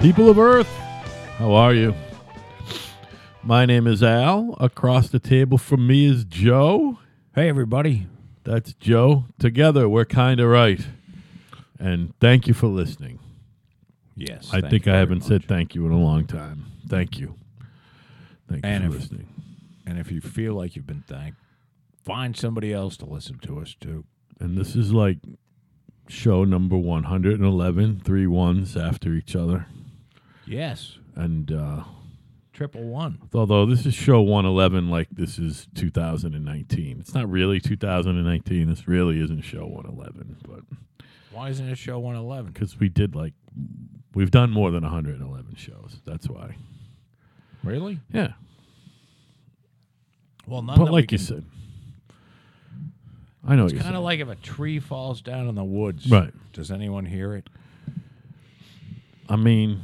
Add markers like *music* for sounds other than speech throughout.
People of Earth, how are you? My name is Al. Across the table from me is Joe. Hey, everybody. That's Joe. Together, we're kind of right. And thank you for listening. Yes. I think I haven't said thank you in a long time. Thank you. Thank And you for if- listening. And if you feel like you've been thanked, find somebody else to listen to us too. And this is like show number 111, three ones after each other. Yes. And uh, Triple one. although this is show 111, like this is 2019. It's not really 2019. This really isn't show 111, but Why isn't it show 111? because we did like, we've done more than 111 shows. That's why. Really? Yeah. Well, none But that like we you can- said, I know what It's you're kind of saying. like if a tree falls down in the woods. Right. Does anyone hear it? I mean,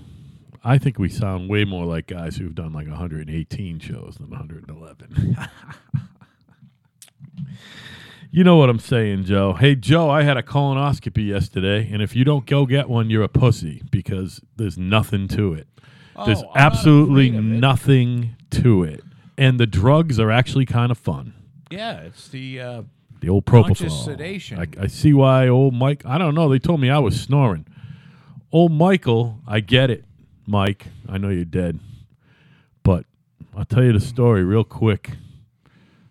I think we sound way more like guys who've done like 118 shows than 111. *laughs* you know what I'm saying, Joe. Hey, Joe, I had a colonoscopy yesterday, and if you don't go get one, you're a pussy because there's nothing to it. there's Oh, I'm not absolutely afraid of it. nothing to it. And the drugs are actually kind of fun. Yeah, it's the. Uh, The old Conscious propofol. sedation. I, I see why old Mike. I don't know. They told me I was snoring. Old Michael, I get it, Mike. I know you're dead, but I'll tell you the story real quick.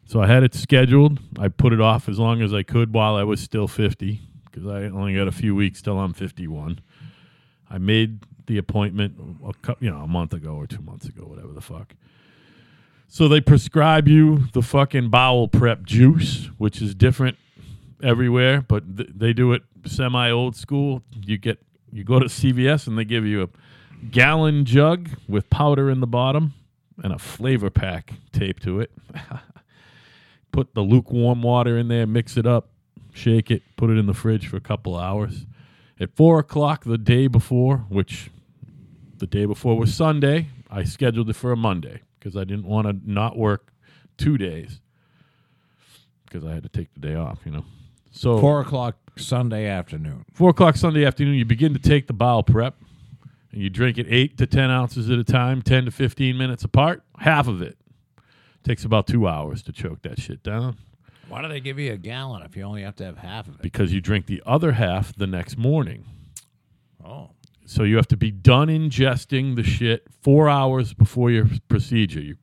So I had it scheduled. I put it off as long as I could while I was still 50 because I only got a few weeks till I'm 51. I made the appointment a cou- you know a month ago or two months ago, whatever the fuck. So they prescribe you the fucking bowel prep juice, which is different everywhere, but th- they do it semi old school. You get you go to CVS and they give you a gallon jug with powder in the bottom and a flavor pack taped to it. put the lukewarm water in there, mix it up, shake it, put it in the fridge for a couple hours. At four o'clock the day before, which the day before was Sunday. I scheduled it for a Monday because I didn't want to not work two days because I had to take the day off, you know. So Four o'clock Sunday afternoon. four o'clock Sunday afternoon, you begin to take the bowel prep and you drink it eight to 10 ounces at a time, 10 to 15 minutes apart. Half of it takes about two hours to choke that shit down Why do they give you a gallon if you only have to have half of it? because you drink the other half the next morning. Oh. So you have to be done ingesting the shit four hours before your procedure. You,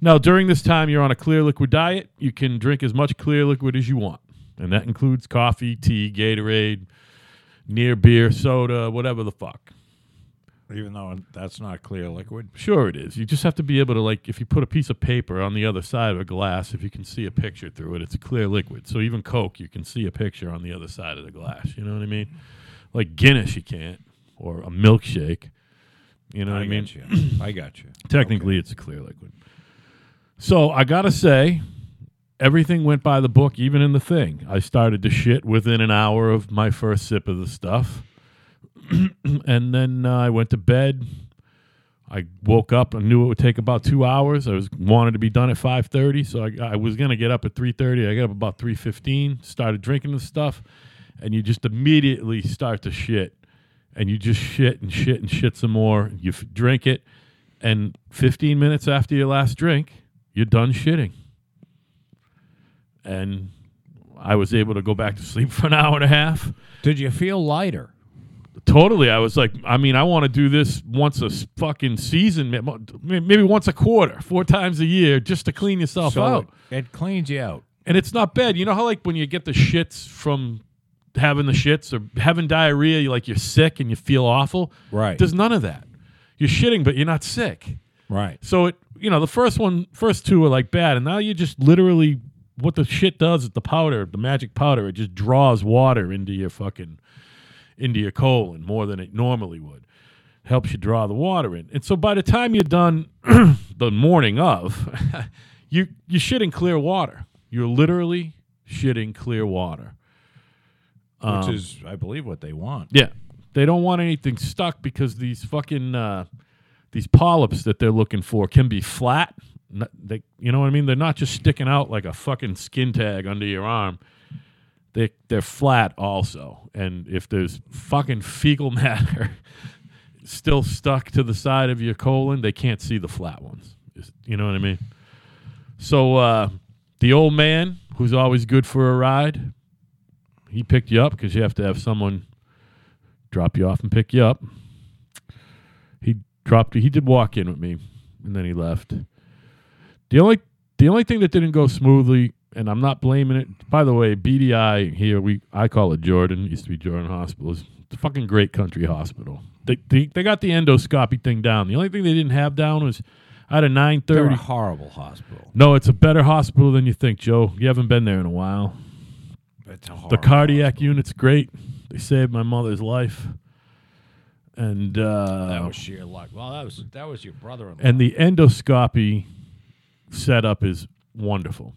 now, during this time, you're on a clear liquid diet. You can drink as much clear liquid as you want, and that includes coffee, tea, Gatorade, near beer, soda, whatever the fuck. Even though that's not clear liquid. Sure, it is. You just have to be able to, like, if you put a piece of paper on the other side of a glass, if you can see a picture through it, it's a clear liquid. So even Coke, you can see a picture on the other side of the glass. You know what I mean? Like Guinness, you can't, or a milkshake. You know what I mean? got you. I got you. Technically, it's a clear liquid. So I gotta say, everything went by the book, even in the thing. I started to shit within an hour of my first sip of the stuff, *clears throat* and then uh, I went to bed. I woke up. I knew it would take about two hours. I was wanted to be done at five thirty, so I, I was gonna get up at three thirty. I got up about three fifteen. Started drinking the stuff, and you just immediately start to shit, and you just shit and shit and shit some more. You f- drink it, and 15 minutes after your last drink, you're done shitting. And I was able to go back to sleep *laughs* for an hour and a half. Did you feel lighter? Totally. I was like, I mean, I want to do this once a s- fucking season, ma- mo- may- maybe once a quarter, four times a year, just to clean yourself out. It cleans you out. And it's not bad. You know how, like, when you get the shits from having the shits or having diarrhea, you like you're sick and you feel awful? Right. There's none of that. You're shitting, but you're not sick. Right. So it, you know, the first one, first two are like bad, and now you just literally what the shit does is the powder, the magic powder, it just draws water into your fucking into your colon more than it normally would. Helps you draw the water in, and so by the time you're done *clears throat* the morning of, *laughs* you you shitting clear water. You're literally shitting clear water. Which is, I believe, what they want. Um, Yeah, they don't want anything stuck because these fucking uh, these polyps that they're looking for can be flat. N- They, you know what I mean? They're not just sticking out like a fucking skin tag under your arm. They they're flat also, and if there's fucking fecal *laughs* matter still stuck to the side of your colon, they can't see the flat ones. Is- You know what I mean? So uh, the old man, who's always good for a ride, he picked you up because you have to have someone drop you off and pick you up. He dropped you. He did walk in with me, and then he left. The only the only thing that didn't go smoothly, and I'm not blaming it. By the way, BDI here we I call it Jordan. It used to be Jordan Hospital. It's a fucking great country hospital. They, they they got the endoscopy thing down. The only thing they didn't have down was I had a They're 930. a horrible hospital. No, it's a better hospital than you think, Joe. You haven't been there in a while. It's a horrible The cardiac unit's great. They saved my mother's life. And uh, That was sheer luck. Well, that was that was your brother-in-law. and the endoscopy setup is wonderful.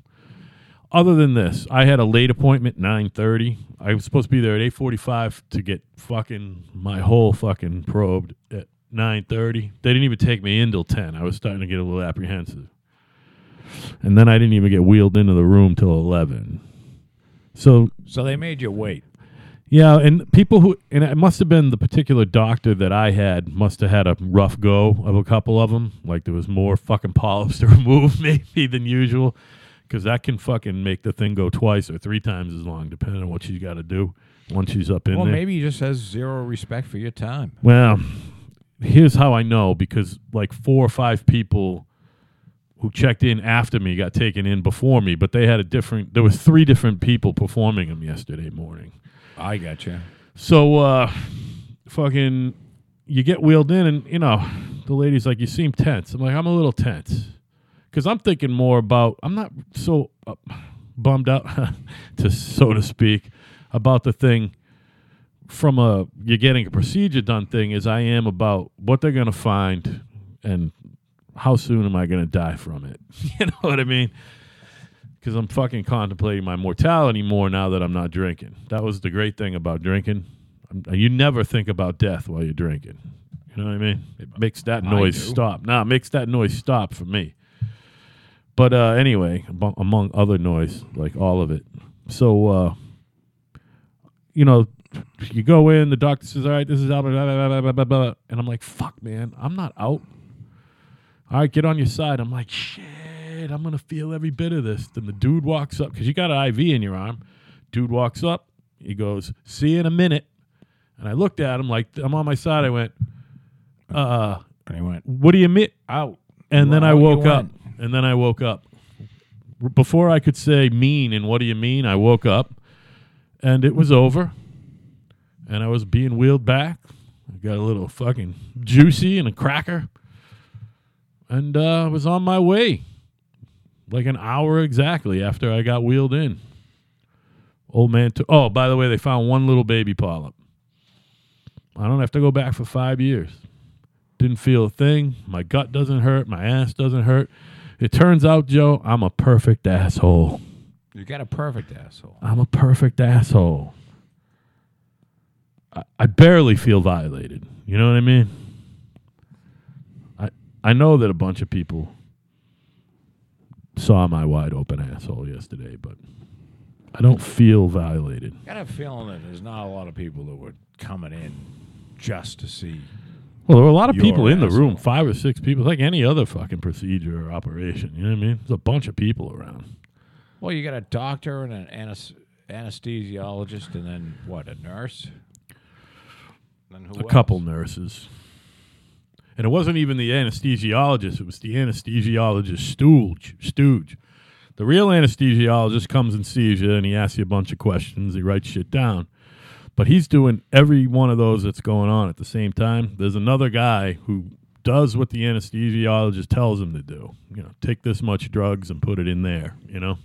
Other than this, I had a late appointment, nine thirty. I was supposed to be there at eight forty-five to get fucking my whole fucking probed at nine thirty. They didn't even take me in till ten. I was starting to get a little apprehensive, and then I didn't even get wheeled into the room till eleven. So so they made you wait. yeah, and people who and it must have been the particular doctor that I had must have had a rough go of a couple of them. Like there was more fucking polyps *laughs* to remove maybe than usual, because that can fucking make the thing go twice or three times as long, depending on what she's got to do once she's up in Well, there. maybe he just has zero respect for your time. Well, here's how I know because like four or five people who checked in after me got taken in before me, but they had a different. There was three different people performing them yesterday morning. I got you. So, uh, fucking, you get wheeled in, and you know, the lady's like, "You seem tense." I'm like, "I'm a little tense," because I'm thinking more about. I'm not so uh, bummed out, *laughs* to so to speak, about the thing from a you're getting a procedure done thing as I am about what they're gonna find and how soon am I gonna die from it. *laughs* you know what I mean? because I'm fucking contemplating my mortality more now that I'm not drinking. That was the great thing about drinking. Um, You never think about death while you're drinking. You know what I mean? It makes that I noise do. stop. Nah, it makes that noise stop for me. But uh, anyway, amo- among other noise, like all of it. So, uh, you know, you go in, the doctor says, all right, this is Albert, blah, blah, blah, blah, blah, blah. And I'm like, fuck, man, I'm not out. All right, get on your side. I'm like, shit, I'm gonna feel every bit of this. Then the dude walks up because you got an IV in your arm. Dude walks up. He goes, "See you in a minute." And I looked at him like I'm on my side. I went, "Uh, And he went what do you mean?" out. And then Well, I you woke up. went. And then I woke up. R- Before I could say mean and what do you mean, I woke up, and it was over. And I was being wheeled back. I got a little fucking juicy and a cracker, and uh, was on my way. Like an hour exactly after I got wheeled in. Old man. took oh, by the way, they found one little baby polyp. I don't have to go back for five years. Didn't feel a thing. My gut doesn't hurt. My ass doesn't hurt. It turns out, Joe, I'm a perfect asshole. You got a perfect asshole. I'm a perfect asshole. I, I barely feel violated. You know what I mean? I I know that a bunch of people saw my wide open asshole yesterday, but I don't feel violated. Got a feeling that there's not a lot of people that were coming in just to see. Well, there were a lot of You're people in the asshole. room, five or six people, like any other fucking procedure or operation. You know what I mean? There's a bunch of people around. Well, you got a doctor and an anes- anesthesiologist, and then what? A nurse. Then who a couple nurses. And it wasn't even the anesthesiologist, it was the anesthesiologist stooge. stooge. The real anesthesiologist comes and sees you and he asks you a bunch of questions, he writes shit down. But he's doing every one of those that's going on at the same time. There's another guy who does what the anesthesiologist tells him to do. You know, take this much drugs and put it in there, you know.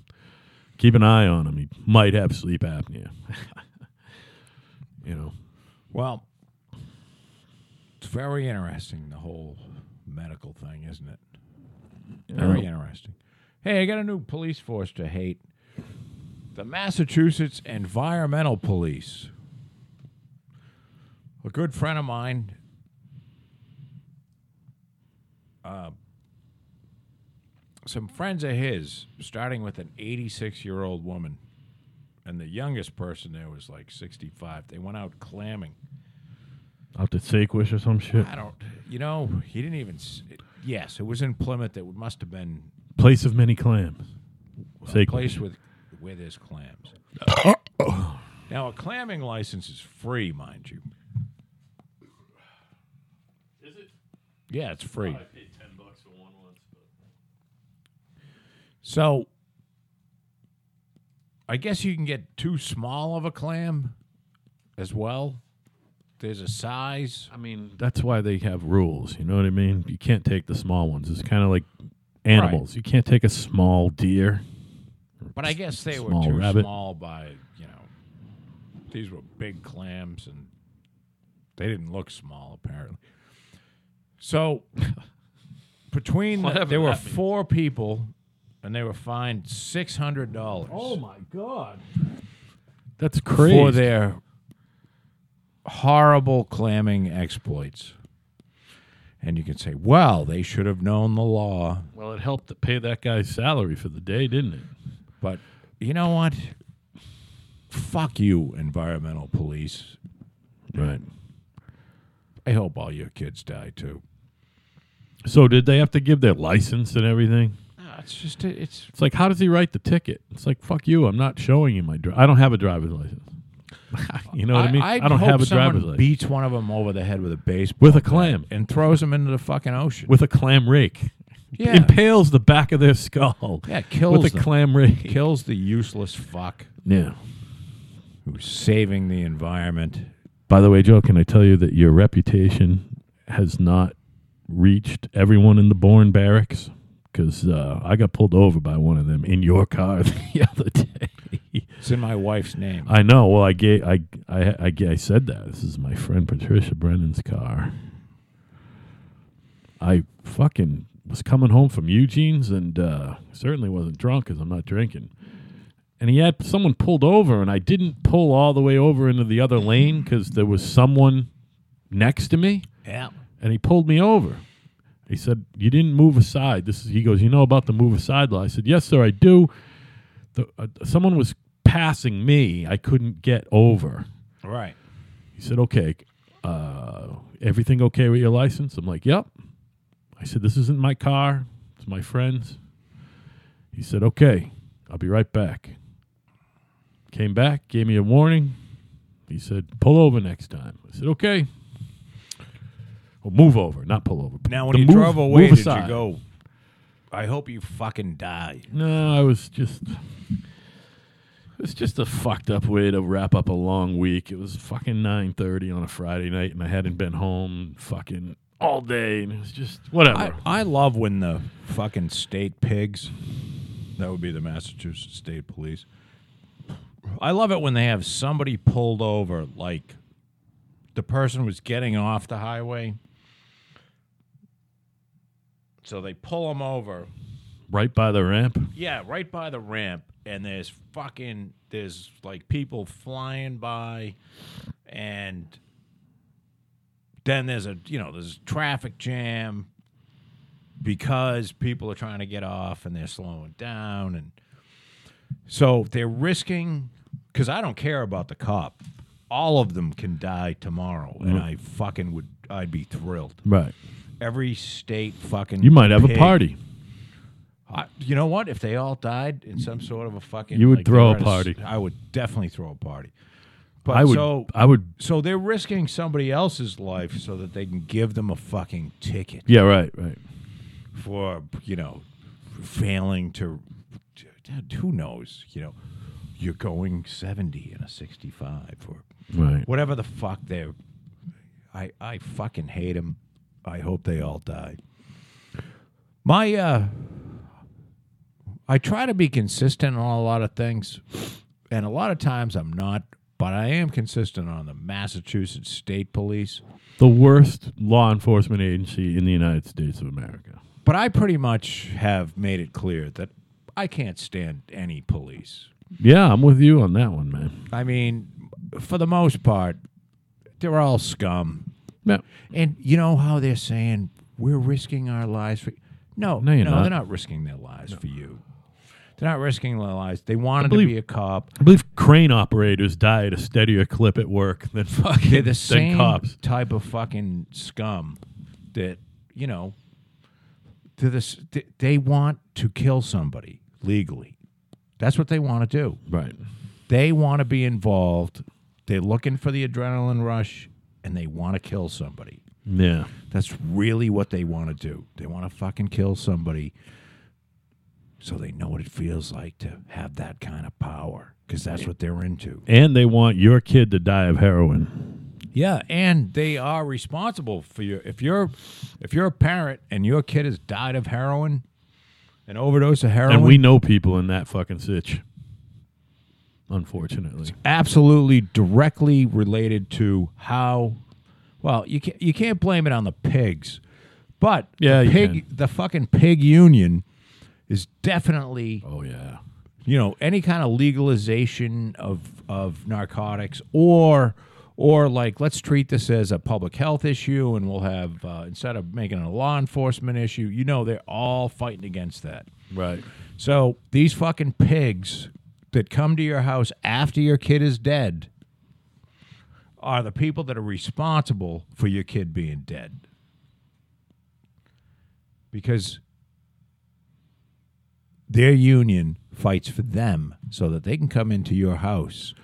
Keep an eye on him. He might have sleep apnea. *laughs* you know. Well, it's very interesting the whole medical thing, isn't it? Very interesting. Hey, I got a new police force to hate. The Massachusetts Environmental Police. A good friend of mine. Uh, uh, some friends of his, starting with an 86 year old woman, and the youngest person there was like 65. They went out clamming Out to Saquish or some shit. I don't. You know, he didn't even. s- it- yes, it was in Plymouth. That must have been Place of many clams. a Saquish. place with where there's clams. *coughs* now, a clamming license is free, mind you. Is it? Yeah, it's free. paid ten bucks for one once. So, I guess you can get too small of a clam as well. There's a size. I mean, that's why they have rules. You know what I mean? You can't take the small ones. It's kind of like animals. You can't take a small deer. But I guess they Small were too rabbit. small by, you know, these were big clams and they didn't look small apparently. *laughs* So between the, Whatever there were that means. four people and they were fined six hundred dollars Oh my god, that's crazy. for their horrible clamming exploits. And you can say, well, they should have known the law. well, it helped to pay that guy's salary for the day, didn't it? But you know what? Fuck you, environmental police. Right. I hope all your kids die too. So did they have to give their license and everything? it's just it's It's like, how does he write the ticket? It's like, fuck you. I'm not showing you my. Dri- I don't have a driver's license. *laughs* you know what I, mean? I'd don't hope have a someone driver's license Beats one of them over the head with a baseball with a bat clam, and throws him into the fucking ocean. with a clam rake. yeah, Impales the back of their skull. yeah, kills with a them. clam rake. kills the useless fuck Yeah. who's saving the environment. By the way, Joe, can I tell you that your reputation has not reached everyone in the Bourne barracks? Because uh, I got pulled over by one of them in your car *laughs* the other day. It's in my wife's name. I know. Well, I gave I, I I ga- I said that this is my friend Patricia Brennan's car. I fucking was coming home from Eugene's and uh, certainly wasn't drunk because I'm not drinking. And he had someone pulled over, and I didn't pull all the way over into the other lane because there was someone next to me yeah. and he pulled me over. He said, "You didn't move aside." This is, he goes, "You know about the move aside law?" I said, "Yes, sir, I do." The, uh, someone was passing me. I couldn't get over. Right. He said, "Okay, uh, everything okay with your license?" I'm like, "Yep." I said, "This isn't my car. It's my friend's." He said, "Okay, I'll be right back." Came back, gave me a warning. He said, "Pull over next time." I said, "Okay." Well, move over, not pull over. Now, when The you move- drove away, move did aside. you go? I hope you fucking die. No, I was just. It's just a fucked up way to wrap up a long week. It was fucking nine thirty on a Friday night, and I hadn't been home fucking all day, and it was just whatever. I, I love when the fucking state pigs, that would be the Massachusetts State Police. I love it when they have somebody pulled over, like the person was getting off the highway. So they pull them over. right by the ramp. Yeah, right by the ramp, and there's fucking there's like people flying by, and then there's a you know there's a traffic jam because people are trying to get off and they're slowing down, and so they're risking because I don't care about the cop. All of them can die tomorrow, and Mm-hmm. I fucking would I'd be thrilled. Right. Every state fucking You might have a pig- party. I, you know what? If they all died in some sort of a fucking, You would they throw were a at s- party. I would definitely throw a party. But I would. so I would. so they're risking somebody else's life so that they can give them a fucking ticket Yeah. Right. Right. for you know failing to. dude, Who knows? You know, you're going seventy in a sixty-five or Right. whatever the fuck they're. I I fucking hate them. I hope they all die. My uh, I try to be consistent on a lot of things, and a lot of times I'm not, but I am consistent on the Massachusetts State Police. The worst law enforcement agency in the United States of America. But I pretty much have made it clear that I can't stand any police. Yeah, I'm with you on that one, man. I mean, for the most part, they're all scum. Yeah. And you know how they're saying we're risking our lives for no, No, no, you're not. they're not risking their lives for you. They're not risking their lives. They wanted believe- to be a cop. I believe crane operators die at a steadier clip at work than fucking They're the than same cops. type of fucking scum that you know. To this, th- they want to kill somebody legally. That's what they want to do. Right. They want to be involved. They're looking for the adrenaline rush, and they want to kill somebody. Yeah. That's really what they want to do. They want to fucking kill somebody so they know what it feels like to have that kind of power because that's what they're into. And they want your kid to die of heroin. Yeah, and they are responsible for your if you're if you're a parent and your kid has died of heroin, an overdose of heroin, And we know people in that fucking sitch. Unfortunately. absolutely directly related to how well you can't you can't blame it on the pigs but Yeah, the you pig the fucking pig union is definitely Oh yeah. you know any kind of legalization of of narcotics or or like let's treat this as a public health issue and we'll have uh, instead of making it a law enforcement issue you know they're all fighting against that Right. so these fucking pigs that come to your house after your kid is dead are the people that are responsible for your kid being dead. Because their union fights for them so that they can come into your house.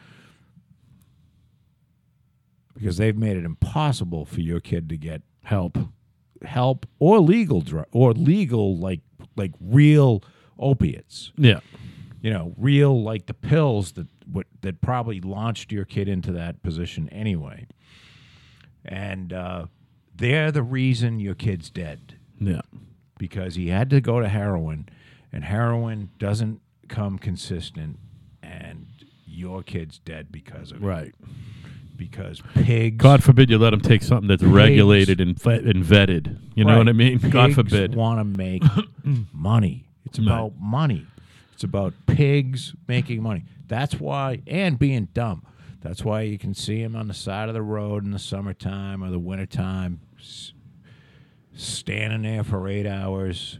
Because they've made it impossible for your kid to get Help. help or legal dr- or legal like like real opiates Yeah. you know real like the pills that what that probably launched your kid into that position anyway and uh, they're the reason your kid's dead Yeah. because he had to go to heroin and heroin doesn't come consistent and your kid's dead because of it Right. because pigs God forbid you let them take something that's regulated and, fe- and vetted. You know what I mean? *laughs* God forbid. want to *coughs* make money. It's Right. about money. It's about pigs making money. That's why, and being dumb. That's why you can see them on the side of the road in the summertime or the wintertime, s- standing there for eight hours.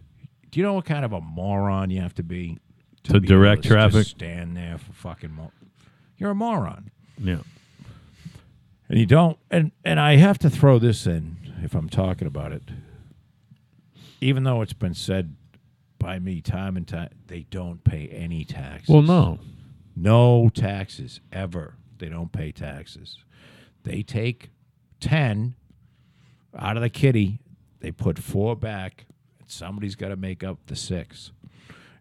Do you know what kind of a moron you have to be To be able direct s- just traffic? stand there for fucking. Mo- You're a moron yeah. and you don't and and i have to throw this in if i'm talking about it even though it's been said by me time and time they don't pay any taxes Well, no. no taxes ever they don't pay taxes they take 10 out of the kitty they put four back and somebody's got to make up the six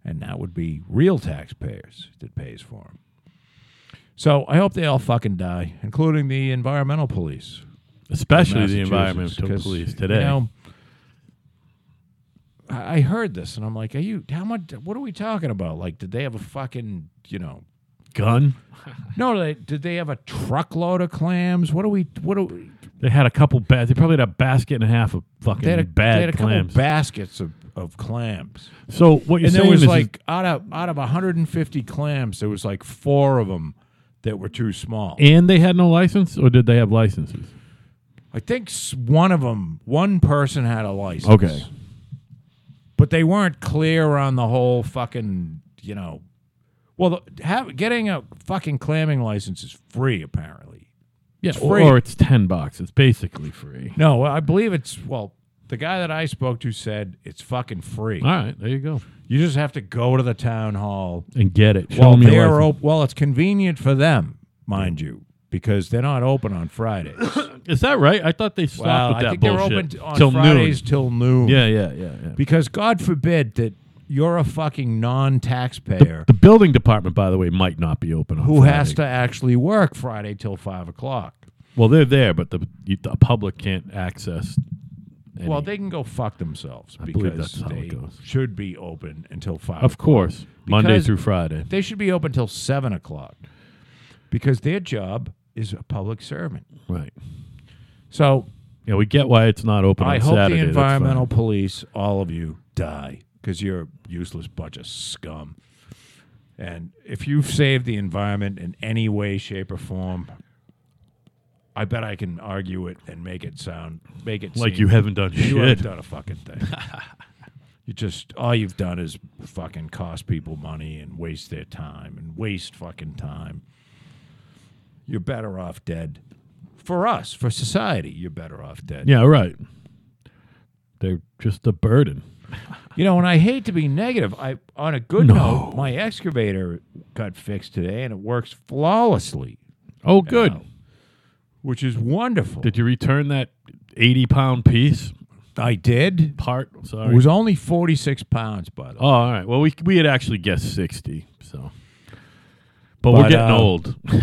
and that would be real taxpayers that pays for them so i hope they all fucking die including the environmental police Especially the Massachusetts, environmental 'cause, police you today. know, I I heard this and I'm like, are you, how much, what are we talking about? Like, did they have a fucking, you know, Gun. no, they, did they have a truckload of clams? What do we, what do we, They had a couple bags. They probably had a basket and a half of fucking they had a, bad they had a clams. couple baskets of, of clams. so what you're and saying there was is, like, out of, out of 150 clams, there was like four of them that were too small. and they had no license, or did they have licenses? I think s- one of them, one person had a license. Okay. But they weren't clear on the whole fucking, you know. Well, the, have, getting a fucking clamming license is free, apparently. Yeah, It's or, free. or it's ten bucks. It's basically free. No, I believe it's, well, the guy that I spoke to said it's fucking free. All right, there you go. You just have to go to the town hall. And get it. Show Well, them your they're license. op- well, it's convenient for them, mind you, because they're not open on Fridays. Is that right? I thought they stopped well, with that I think bullshit. they're open t- on till Fridays till noon. noon. Yeah, yeah, yeah. yeah. Because God forbid that you're a fucking non taxpayer The building department, by the way, might not be open. On who Friday. has to actually work Friday till five o'clock. Well, they're there, but the you, the public can't access. Any. Well, they can go fuck themselves I believe because that's how they it goes. should be open until five. of course, Monday Because- through Friday. They should be open till seven o'clock because their job is a public servant. Right. So Yeah, we get why it's not open. I on hope Saturday. the that's fine. environmental police, all of you, die because you're a useless bunch of scum. And if you've saved the environment in any way, shape, or form, I bet I can argue it and make it sound, make it like seem you haven't done you shit. haven't done a fucking thing. *laughs* You just all you've done is fucking cost people money and waste their time and waste fucking time. You're better off dead. For us, for society, you're better off dead. Yeah, right. They're just a burden. You know, and I hate to be negative. I on a good No. note, my excavator got fixed today and it works flawlessly. Oh, good. now, which is wonderful. Did you return that 80 pound piece? I did. Part? Sorry. It was only 46 pounds, by the oh, way. all right. Well, we, we had actually guessed 60, so. But, But, we're getting uh, old. *laughs*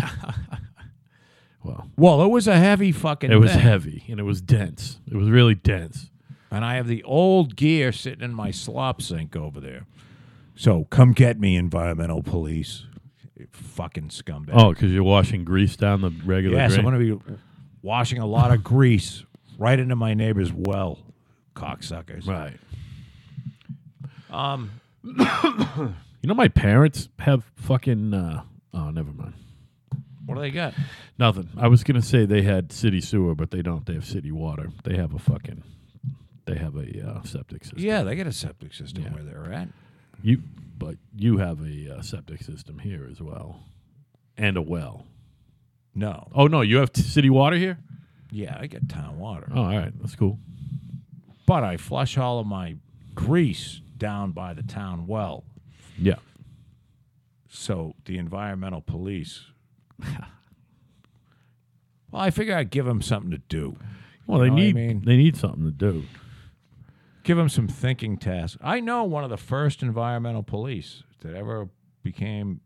well, Well, it was a heavy fucking it was thing. heavy and it was dense. It was really dense. and I have the old gear sitting in my slop sink over there. So come get me, environmental police. You fucking scumbag. Oh, because you're washing grease down the regular yes, drain? I'm going to be washing a lot of grease right into my neighbor's well, cocksuckers. right. Um, You know, my parents have fucking. Uh, oh, never mind. what do they got? Nothing. I was gonna say they had city sewer, but they don't. They have city water. They have a fucking. They have a uh, septic system. Yeah, they got a septic system Yeah. where they're at. You, but you have a uh, septic system here as well, and a well. No. Oh no, you have t- city water here. Yeah, I got town water. Oh, all right, that's cool. But I flush all of my grease down by the town well. Yeah. So the environmental police. *laughs* well, I figure I'd give them something to do. Well, they know what I need mean? they need something to do. Give them some thinking tasks. I know one of the first environmental police that ever became,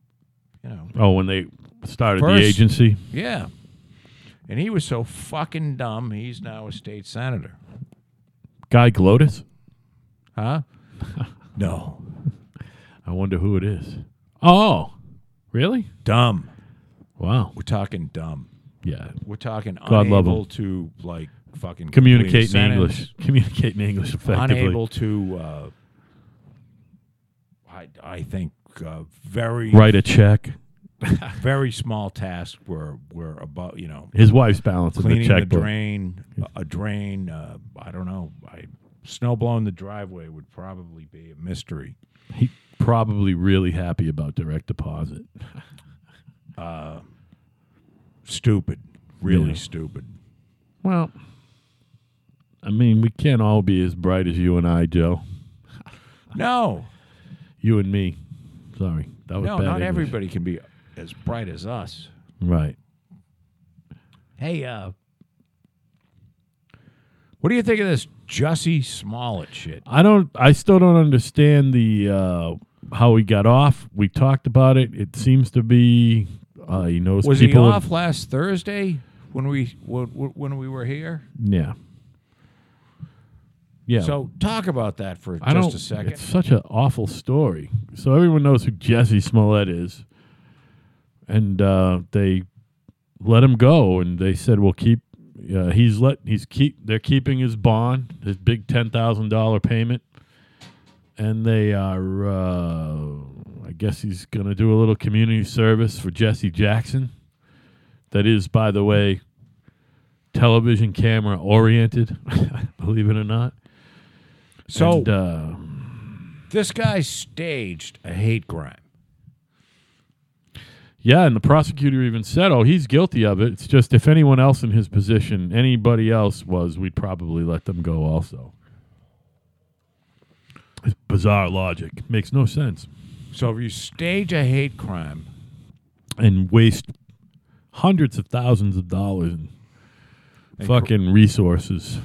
you know, Oh, when they started First- the agency, yeah. And he was so fucking dumb, he's now a state senator. Guy Glotis. *laughs* Huh? no. I wonder who it is. Oh, really? Dumb. Wow. We're talking dumb. Yeah. We're talking God love unable to like fucking complete a Communicate in sentence. English. Communicate in English effectively. unable to, uh, I, I think, uh, very Write a check. very small tasks were were about you know His wife's balancing the cleaning the checkbook. drain, a drain. Uh, I don't know. I snow blowing the driveway would probably be a mystery. He probably really happy about direct deposit. Stupid, really Yeah. stupid. Well, I mean, we can't all be as bright as you and I, Joe. No, You and me. Sorry, that was no, bad. not English. everybody can be as bright as us. Right. Hey, uh, what do you think of this Jussie Smollett shit? I don't. I still don't understand the uh, how he got off. We talked about it. It seems to be uh, he knows Was he people. off last Thursday when we when, when we were here? yeah. Yeah. So talk about that for I just don't, a second. It's such an awful story. So everyone knows who Jesse Smollett is, and uh, they let him go, and they said, "Well, keep." Uh, he's let he's keep they're keeping his bond, his big ten thousand dollar payment, and they are. Uh, I guess he's gonna do a little community service for Jesse Jackson. That is, by the way, television camera oriented. *laughs* believe it or not. So and, uh, this guy staged a hate crime. Yeah, and the prosecutor even said, "Oh, he's guilty of it. It's just if anyone else in his position, anybody else was, we'd probably let them go also." It's bizarre logic. Makes no sense. So if you stage a hate crime, And waste hundreds of thousands of dollars in And cr- fucking resources.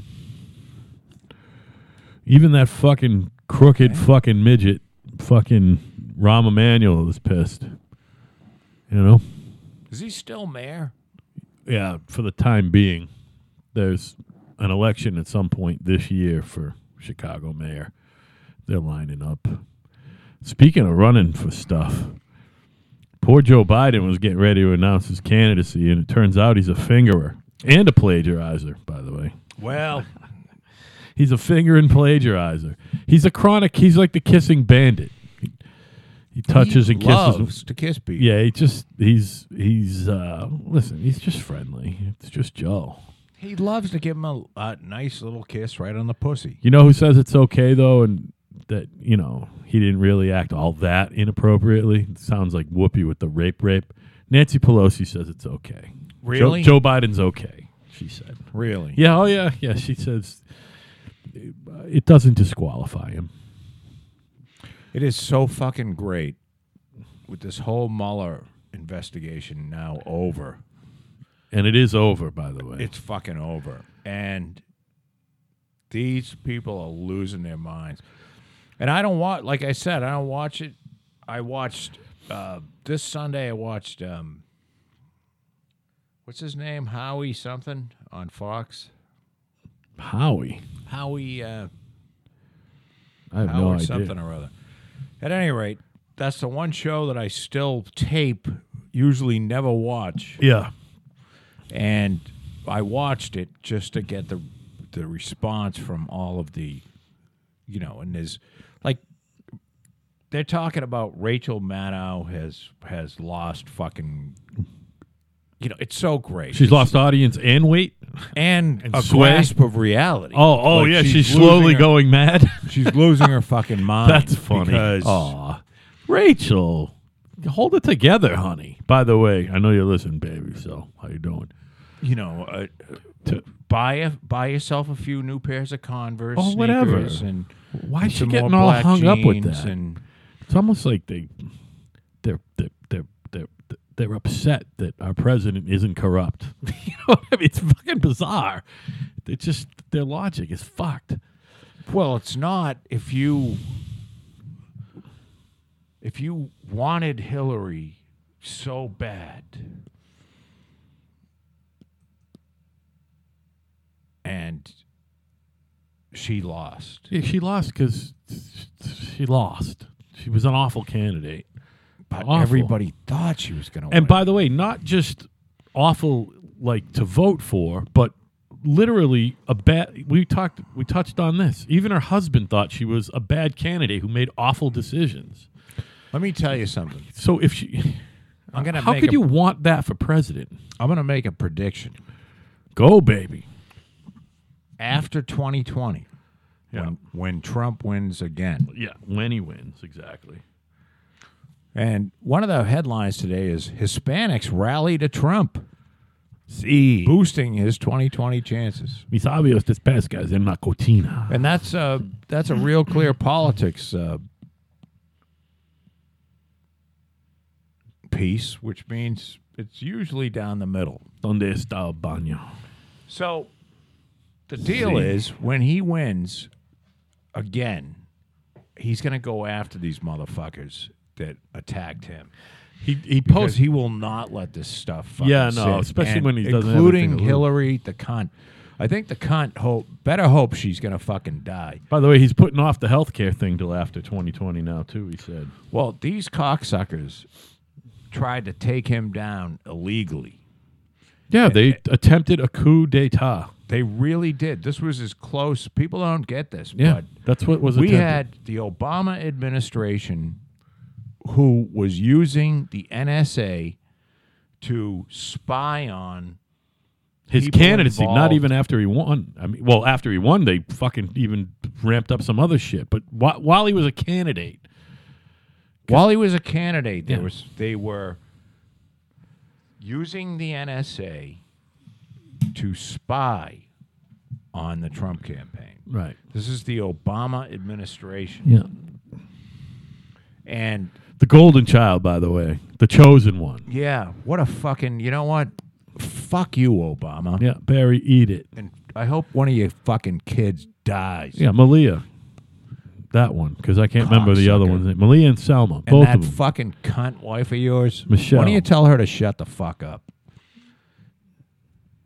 Even that fucking crooked fucking midget, fucking Rahm Emanuel is pissed. You know? is he still mayor? yeah, for the time being, there's an election at some point this year for Chicago mayor. They're lining up. Speaking of running for stuff, poor Joe Biden was getting ready to announce his candidacy, and it turns out he's a fingerer and a plagiarizer, by the way. Well, He's a finger and plagiarizer. He's a chronic, he's like the kissing bandit. He, he *laughs* touches he and loves kisses. to kiss people. Yeah, he just he's he's uh listen, he's just friendly. It's just Joe. He loves to give him a, a nice little kiss right on the pussy. You know who says it's okay though and that you know he didn't really act all that inappropriately. It sounds like Whoopi with the rape rape. Nancy Pelosi says it's okay. Joe- Really? Joe, Biden's okay. She said. Really? Yeah. Oh yeah. Yeah. She says uh, it doesn't disqualify him. It is so fucking great with this whole Mueller investigation now over. And it is over, by the way. It's fucking over. And these people are losing their minds. And I don't watch, like I said, I don't watch it. I watched uh, this Sunday, I watched, um, what's his name? Howie something on Fox. Howie. Howie, uh, I have no Howard idea. something or other. At any rate, that's the one show that I still tape, usually never watch. Yeah. and I watched it just to get the the response from all of the, you know, and there's like they're talking about Rachel Maddow has has lost fucking, you know, it's so great She's lost audience and weight. and, a sway. grasp of reality. Oh, oh Like, yeah. She's, losing slowly her- going mad. *laughs* She's losing her fucking mind. That's funny. Oh. Because Aw. Rachel, hold it together, honey. By the way, I know you listen, baby. So how you doing? you know, uh, to buy a, buy yourself a few new pairs of Converse, Oh, whatever. sneakers and Why and is she some more getting all black hung up with jeans that? And It's almost like they, they're they're they're they're, they're upset that our president isn't corrupt. *laughs* you know what I mean? It's fucking bizarre. It just their logic is fucked. Well, it's not if you if you wanted Hillary so bad and she lost. Yeah, she lost because she lost. She was an awful candidate. But Awful. everybody thought she was going to win. And by the way, not just awful like to vote for, but literally a bad we talked we touched on this. Even her husband thought she was a bad candidate who made awful decisions. Let me tell you something. So if *laughs* she I'm going to how make could a, you want that for president? I'm going to make a prediction. Go baby. After 2020, Yeah. when, when Trump wins again, Yeah, when he wins, exactly. and one of the headlines today is Hispanics rally to Trump. See. boosting his 2020 chances. Mis sabios te pescas en la cocina. And that's uh, that's a real clear politics uh, piece, which means it's usually down the middle. Donde está el baño? So the deal See. is when he wins again, he's going to go after these motherfuckers that attacked him. He he Because posted he will not let this stuff. fucking Yeah, no, sit. especially And when he doesn't have including anything to lose. Hillary, the cunt. I think the cunt hope better hope she's gonna fucking die. By the way, he's putting off the healthcare thing till after 2020 now too, he said. Well, these cocksuckers tried to take him down illegally. Yeah, they attempted a coup d'état. They really did. This was as close. People don't get this, Yeah, but that's what was. we attempted. had the Obama administration who was using the NSA to spy on his people candidacy, not involved. even after he won. I mean, well, after he won, they fucking even ramped up some other shit. But wh- while he was a candidate, While he was a candidate, there Yeah. was they were using the NSA to spy on the Trump campaign. right? This is the Obama administration, Yeah, and the golden child, by the way, the chosen one. yeah, what a fucking you know what? Fuck you, Obama. Yeah, Barry, eat it. And I hope one of your fucking kids dies. Yeah, Malia, that one because I can't remember the other Cocksucker. ones. Malia and Selma, And both that of them. fucking cunt wife of yours, Why Michelle. don't you tell her to shut the fuck up?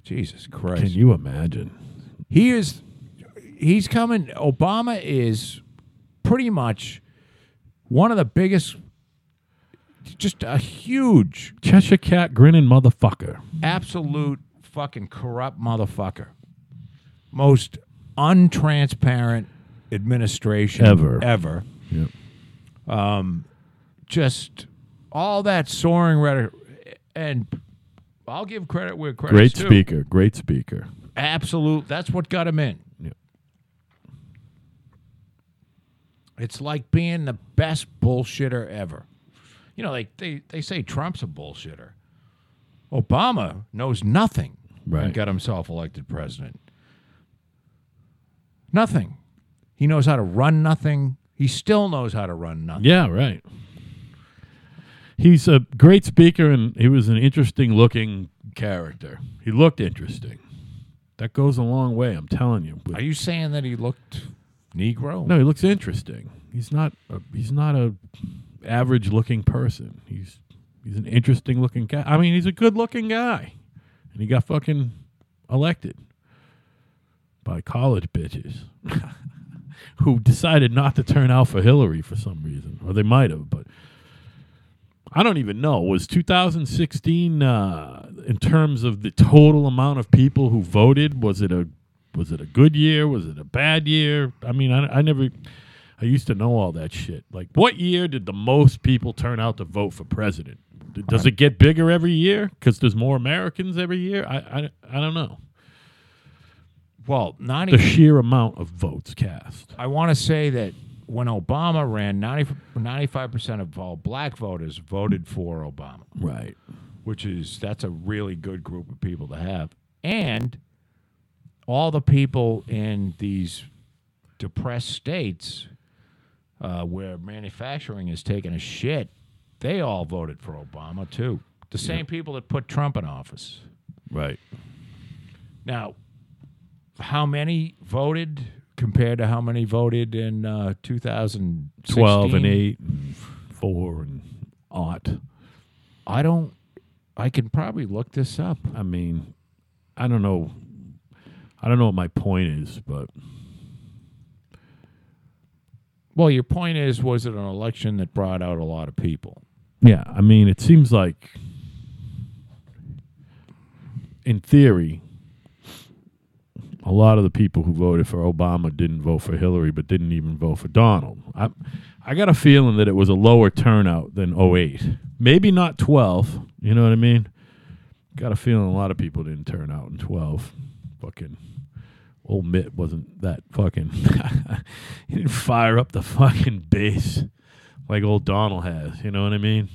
Jesus Christ! Can you imagine? he is he's coming obama is pretty much one of the biggest just a huge Cheshire cat grinning motherfucker. absolute fucking corrupt motherfucker most untransparent administration Ever. ever Um, Yep. just all that soaring rhetoric and i'll give credit where Great credit's due. speaker, great speaker. absolute that's what got him in Yep. It's like being the best bullshitter ever. You know, they, they, they say Trump's a bullshitter. Obama knows nothing Right. and got himself elected president. Nothing. He knows how to run nothing. He still knows how to run nothing. Yeah, right. He's a great speaker, and he was an interesting looking character. He looked interesting. That goes a long way, I'm telling you. But- Are you saying that he looked Negro? no, he looks interesting. He's not. A, he's not a average looking person. He's he's an interesting looking guy. I mean, he's a good looking guy, and he got fucking elected by college bitches *laughs* who decided not to turn out for Hillary for some reason, or they might have, but. I don't even know. Was 2016 uh, in terms of the total amount of people who voted? Was it a was it a good year? Was it a bad year? I mean, I, I never. I used to know all that shit. Like, what year did the most people turn out to vote for president? D- Does it get bigger every year? Because there's more Americans every year. I, I I don't know Well, not the even. sheer amount of votes cast. I want to say that when Obama ran, 95 percent of all black voters voted for Obama, Right. which is that's a really good group of people to have, and all the people in these depressed states uh, where manufacturing is taking a shit, they all voted for Obama too. The same people that put Trump in office. Right. Now, how many voted compared to how many voted in uh, 2016? Twelve and eight, and four and aught. I don't. I can probably look this up. I mean, I don't know. I don't know what my point is, but Well, your point is, was it an election that brought out a lot of people? yeah, I mean, it seems like, in theory, a lot of the people who voted for Obama didn't vote for Hillary, but didn't even vote for Donald. I, I got a feeling that it was a lower turnout than 08. Maybe not 12. You know what I mean? Got a feeling a lot of people didn't turn out in 12. Fucking old Mitt wasn't that fucking. *laughs* he didn't fire up the fucking base like old Donald has. You know what I mean?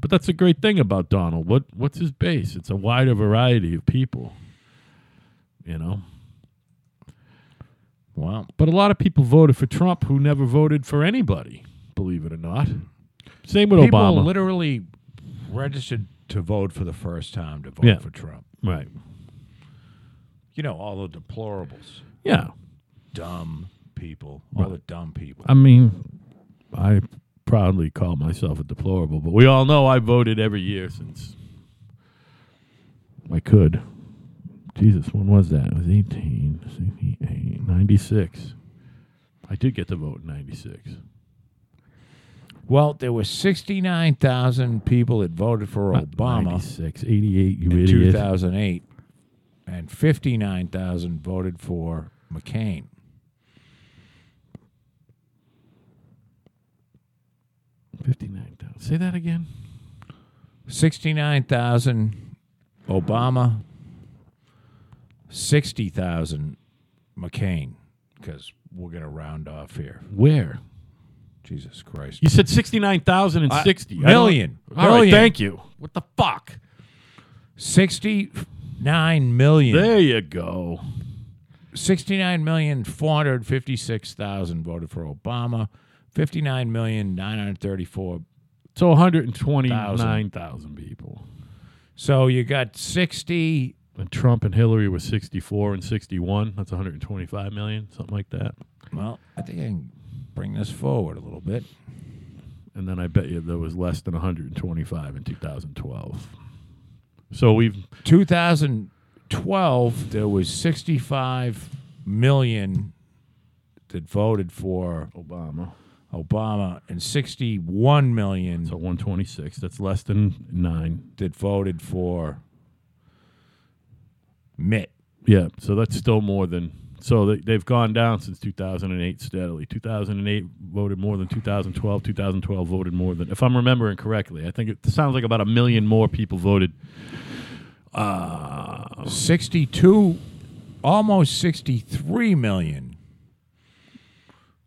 But that's a great thing about Donald. What what's his base? It's a wider variety of people. You know, Well, but a lot of people voted for Trump who never voted for anybody. Believe it or not. Same with people Obama. literally registered to vote for the first time to vote Yeah. for Trump. right. You know, all the deplorables, Yeah. dumb people, all the dumb people. I mean, I proudly call myself a deplorable, but we all know I voted every year since I could. Jesus, when was that? It was 18, 68, 96. I did get to vote in 96. Well, there were 69,000 people that voted for Not Obama. 96, 88, you in idiot. 2008, and 59,000 voted for McCain. Fifty-nine thousand. Say that again. 69,000 Obama, 60,000 McCain, because we're going to round off here. Where? Jesus Christ. You said 69,000 and I- 60. I don't- million. All right, Million. thank you. What the fuck? 69 million. There you go. 69,456,000 voted for Obama. 59,934 So 129,000 people. So you got 60 And Trump and Hillary were 64 and 61. That's 125 million, something like that. Well, I think I can bring this forward a little bit. And then I bet you there was less than 125 in 2012. So we've 2012, there was 65 million that voted for Obama. Obama and 61 million So 126. That's less than nine. that voted for Mitt. Yeah. So that's still more than. So they, they've gone down since 2008 steadily. 2008 voted more than 2012. 2012 voted more than. If I'm remembering correctly, I think it sounds like about a million more people voted. 62, almost 63 million.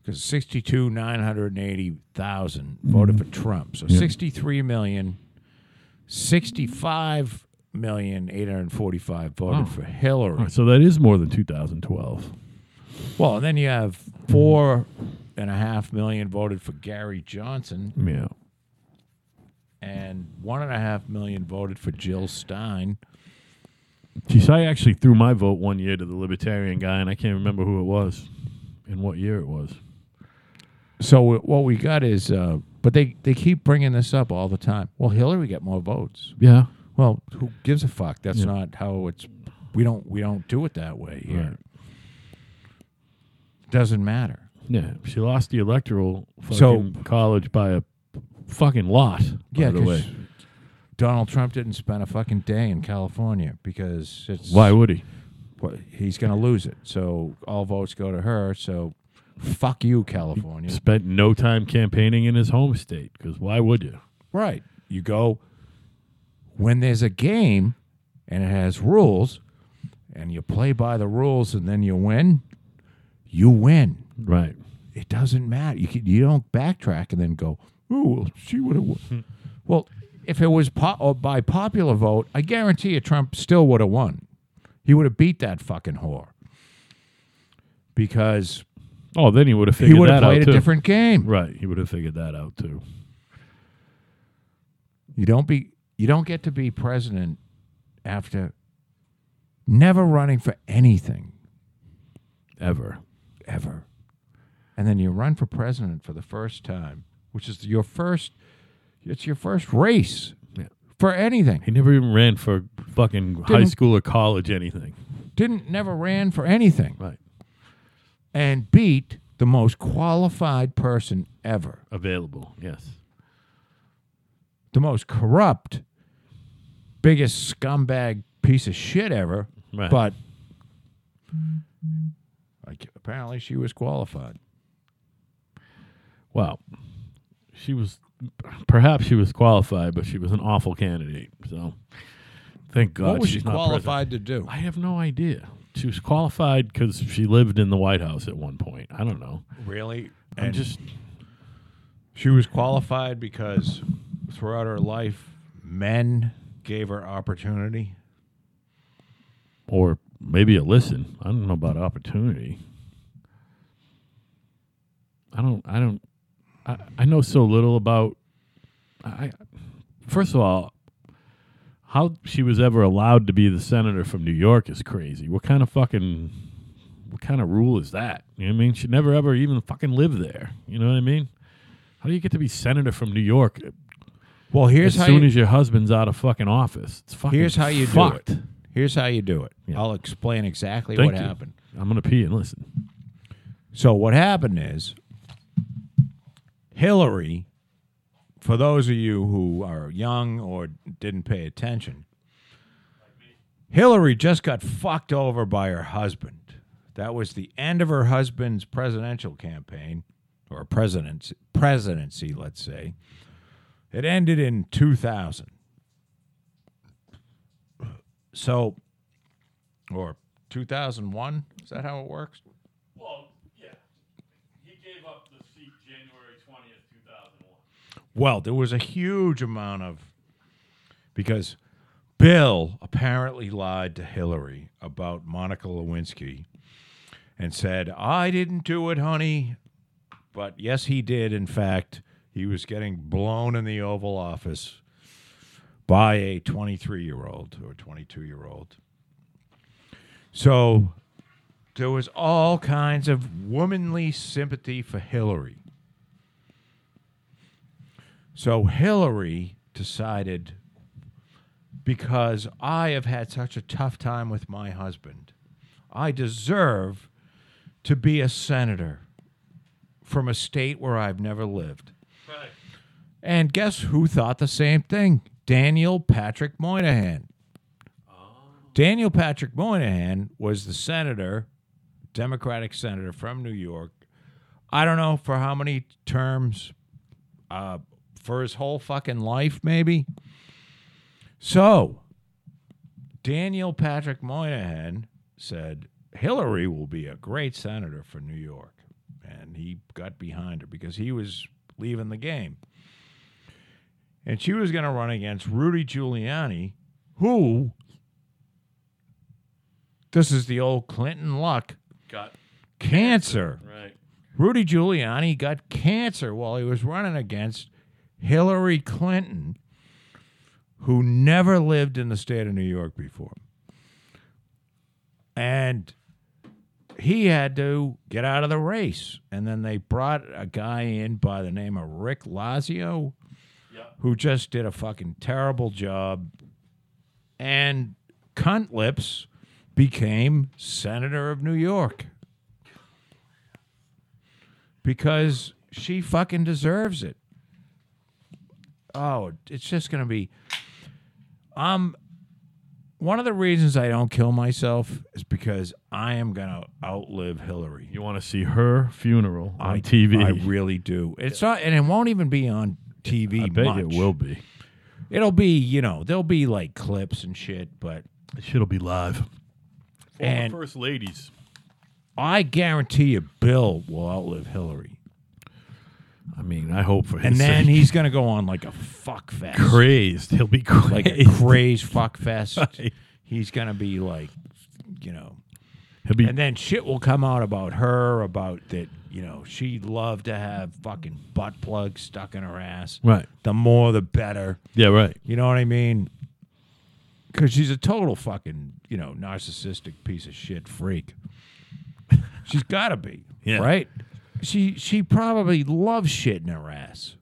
because 62 980,000 voted for Trump. So 63 million, 65 million 845 voted for Hillary. All right, so that is more than 2012. Well, and then you have four and a half million voted for Gary Johnson, Yeah. and one and a half million voted for Jill Stein. Geez, I actually threw my vote one year to the Libertarian guy, and I can't remember who it was and what year it was. So wh- what we got is, uh, but they they keep bringing this up all the time. Well, Hillary got more votes. Yeah. Well, who gives a fuck? That's not how it's. We don't we don't do it that way here. Right. Doesn't matter. Yeah. She lost the electoral fucking So- college by a fucking lot, by yeah, the 'cause way. Donald Trump didn't spend a fucking day in California because it's Why would he? what- he's going to lose it. So all votes go to her. So fuck you, California. Spent no time campaigning in his home state, because why would you? Right. You go when there's a game and it has rules and you play by the rules and then you win, you win. Right. It doesn't matter. You can, you don't backtrack and then go, oh, well, she would have Hmm. won. well, if it was po- or by popular vote, I guarantee you Trump still would have won. He would have beat that fucking whore because Oh, then he would have he figured would have that played out a too. different game. right. He would have figured that out too. You don't be you don't get to be president after never running for anything Ever. ever. And then you run for president for the first time, which is your first it's your first race Yeah. for anything. He never even ran for fucking high Didn't- school or college anything. Didn't never ran for anything Right. and beat the most qualified person ever. Available. Yes. The most corrupt, biggest scumbag piece of shit ever. Right. But like apparently she was qualified. Well, she was perhaps she was qualified, but she was an awful candidate. So thank God what was she's she not qualified to do? president. I have no idea. She was qualified because she lived in the White House at one point. I don't know. Really? I'm And just she was qualified because throughout her life, men gave her opportunity. or maybe a listen. I don't know about opportunity. I don't. I don't. I, I know so little about. I first of all, how she was ever allowed to be the senator from New York is crazy. What kind of fucking what kind of rule is that? You know what I mean? She never ever even fucking lived there. You know what I mean? How do you get to be senator from New York Well, here's as how soon you, as your husband's out of fucking office? It's fucking here's how you fucked. do it. Here's how you do it. Yeah. I'll explain exactly Thank what you. happened. I'm gonna pee and listen. So what happened is Hillary, for those of you who are young or didn't pay attention, Hillary just got fucked over by her husband. That was the end of her husband's presidential campaign or presidency, presidency let's say. It ended in 2000. So, or 2001, is that how it works? Well, yeah. He gave up the seat January 20th, 2001. Well, there was a huge amount of because Bill apparently lied to Hillary about Monica Lewinsky and said, "I didn't do it, honey." But yes, he did. In fact, he was getting blown in the Oval Office by a 23-year-old or 22-year-old. So there was all kinds of womanly sympathy for Hillary. So Hillary decided because I have had such a tough time with my husband, I deserve to be a senator from a state where I've never lived. Right. And guess who thought the same thing? Daniel Patrick Moynihan. Daniel Patrick Moynihan was the senator, Democratic senator from New York. I don't know for how many terms, uh, for his whole fucking life, maybe. So, Daniel Patrick Moynihan said Hillary will be a great senator for New York. And and he got behind her because he was leaving the game. And she was going to run against Rudy Giuliani, who, this is the old Clinton luck, Got cancer. right. Rudy Giuliani got cancer while he was running against Hillary Clinton, who never lived in the state of New York before. And he had to get out of the race. And then they brought a guy in by the name of Rick Lazio, Yeah. who just did a fucking terrible job. And Cunt Lips became senator of New York because she fucking deserves it. Oh, it's just gonna be. Um, one of the reasons I don't kill myself is because I am gonna outlive Hillary. You want to see her funeral on I- TV? I really do. It's not, and it won't even be on TV. I bet much. it will be. It'll be, you know, there'll be like clips and shit, but Shit'll be live. And- first ladies. I guarantee you, Bill will outlive Hillary, I mean, I hope for his and then sake. he's gonna go on like a fuck fest. crazed. He'll be crazed. *laughs* like a crazed fuck fest. Right. He's gonna be like, you know, He'll be and then shit will come out about her about that. You know, she loved to have fucking butt plugs stuck in her ass. right. The more, the better. Yeah, right. You know what I mean? Because she's a total fucking, you know, narcissistic piece of shit freak. She's got to be, Yeah. right? She she probably loves shit in her ass,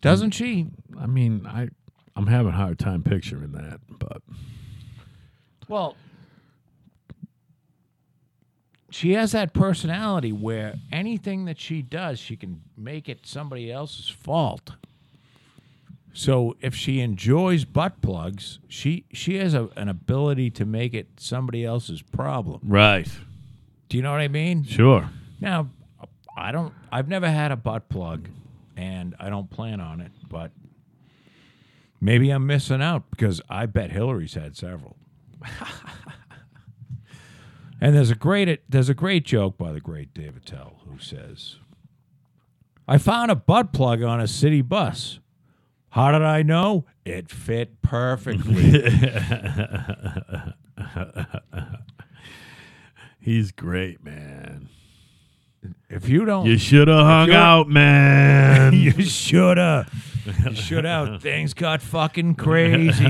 doesn't she? I mean, I I'm having a hard time picturing that, but Well, she has that personality where anything that she does, she can make it somebody else's fault. So if she enjoys butt plugs, she she has a, an ability to make it somebody else's problem. right. Do you know what I mean? Sure. Now, I don't. I've never had a butt plug, and I don't plan on it. But maybe I'm missing out because I bet Hillary's had several. and there's a great there's a great joke by the great David Tell who says, "I found a butt plug on a city bus. How did I know? It fit perfectly." He's great, man. if you don't, You should have hung you're- out, *laughs* man. *laughs* you shoulda. You shoulda. Things got fucking crazy.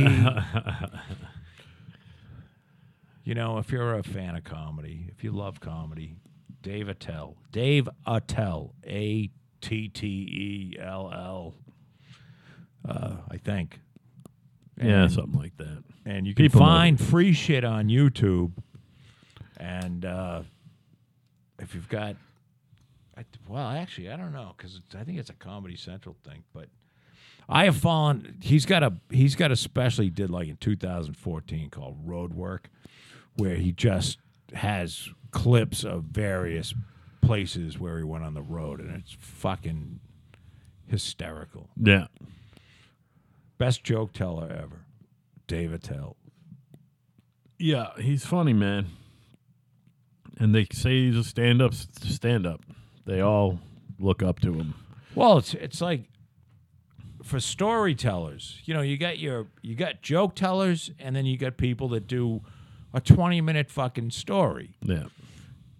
you know, if you're a fan of comedy, if you love comedy, Dave Attell. Dave Attell. A T T E L L. Uh, I think. yeah, something like that. And you can People know find free shit on YouTube. And uh, if you've got, I, well, actually, I don't know because I think it's a Comedy Central thing. But I have fallen. He's got a he's got a special he did like in 2014 called Road Work, where he just has clips of various places where he went on the road, and it's fucking hysterical. Yeah. Best joke teller ever, David Tell. Yeah, he's funny, man. And they say he's a stand up stand up. They all look up to him. Well, it's it's like for storytellers, you know, you got your you got joke tellers, and then you got people that do a twenty minute fucking story. Yeah.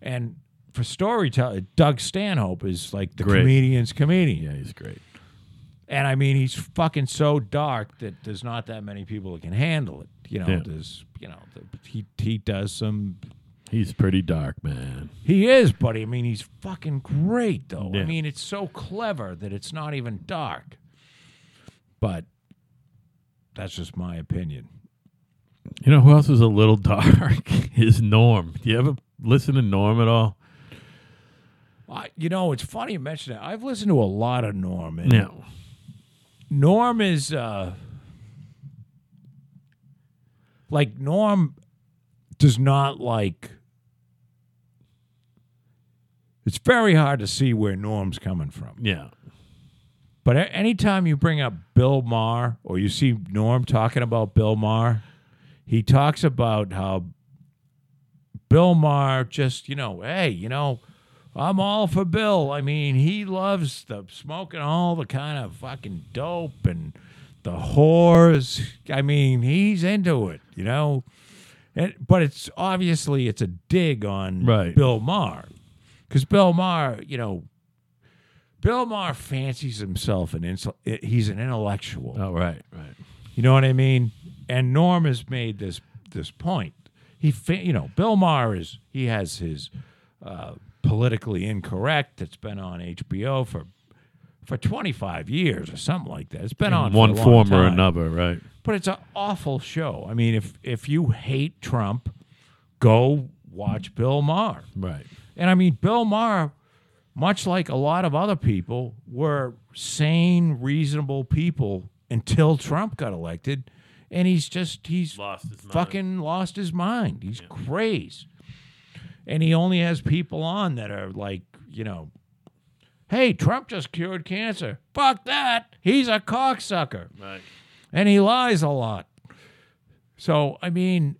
And for storyteller, Doug Stanhope is like the Great. comedian's comedian. Yeah, he's great. And I mean, he's fucking so dark that there's not that many people that can handle it. You know, Yeah. there's you know the, he he does some. He's pretty dark, man. He is, buddy. I mean, he's fucking great, though. I Yeah. mean, it's so clever that it's not even dark. But that's just my opinion. You know who else is a little *laughs* dark? is Norm. Do you ever listen to Norm at all? I, you know, it's funny you mention that. I've listened to a lot of Norm. and No. Norm is uh like Norm does not like it's very hard to see where Norm's coming from. Yeah. But a- anytime you bring up Bill Maher or you see Norm talking about Bill Maher, he talks about how Bill Maher just, you know, hey, you know, I'm all for Bill. I mean, he loves the smoking all the kind of fucking dope and the whores. I mean, he's into it, you know. And, but it's obviously it's a dig on Right. Bill Maher, because Bill Maher, you know, Bill Maher fancies himself an insel- he's an intellectual. Oh, right, right. You know what I mean? And Norm has made this this point. He, fa- you know, Bill Maher is he has his uh, politically incorrect that's been on HBO for for 25 years or something like that. It's been on for One a long form or time. another, right? But it's an awful show. I mean, if if you hate Trump, go watch Bill Maher. Right. And I mean, Bill Maher, much like a lot of other people, were sane, reasonable people until Trump got elected. And he's just, he's Lost his mind. fucking lost his mind. He's crazed. And he only has people on that are like, you know, hey, Trump just cured cancer. Fuck that. He's a cocksucker Right. and he lies a lot. So I mean,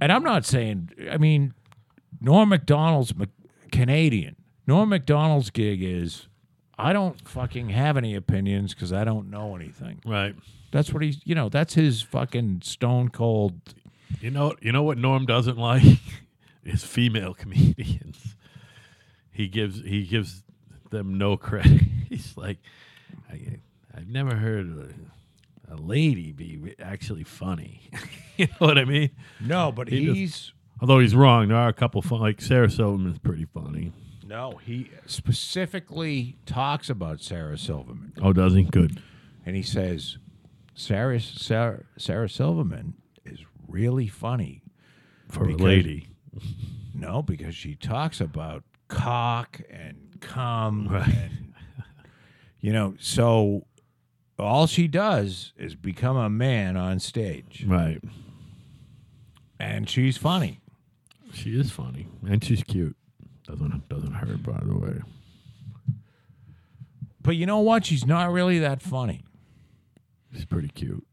and I'm not saying I mean Norm Macdonald's Mac- Canadian. Norm Macdonald's gig is I don't fucking have any opinions because I don't know anything. Right. That's what he's you know that's his fucking stone cold. You know, you know what Norm doesn't like *laughs* is female comedians. He gives he gives them no credit. *laughs* He's like, I, I've never heard a, a lady be re- actually funny. *laughs* you know what I mean? No, but He does- he's Although he's wrong, there are a couple fun. Like Sarah Silverman is pretty funny. no he specifically talks about Sarah Silverman. Oh, does he? Good. and he says, Sarah, Sarah, Sarah Silverman is really funny. For Because- a lady. No, because she talks about cock and cum. Right. *laughs* And, you know, so all she does is become a man on stage, Right. and she's funny. She is funny. And she's cute. Doesn't doesn't hurt, by the way. But you know what? She's not really that funny. She's pretty cute.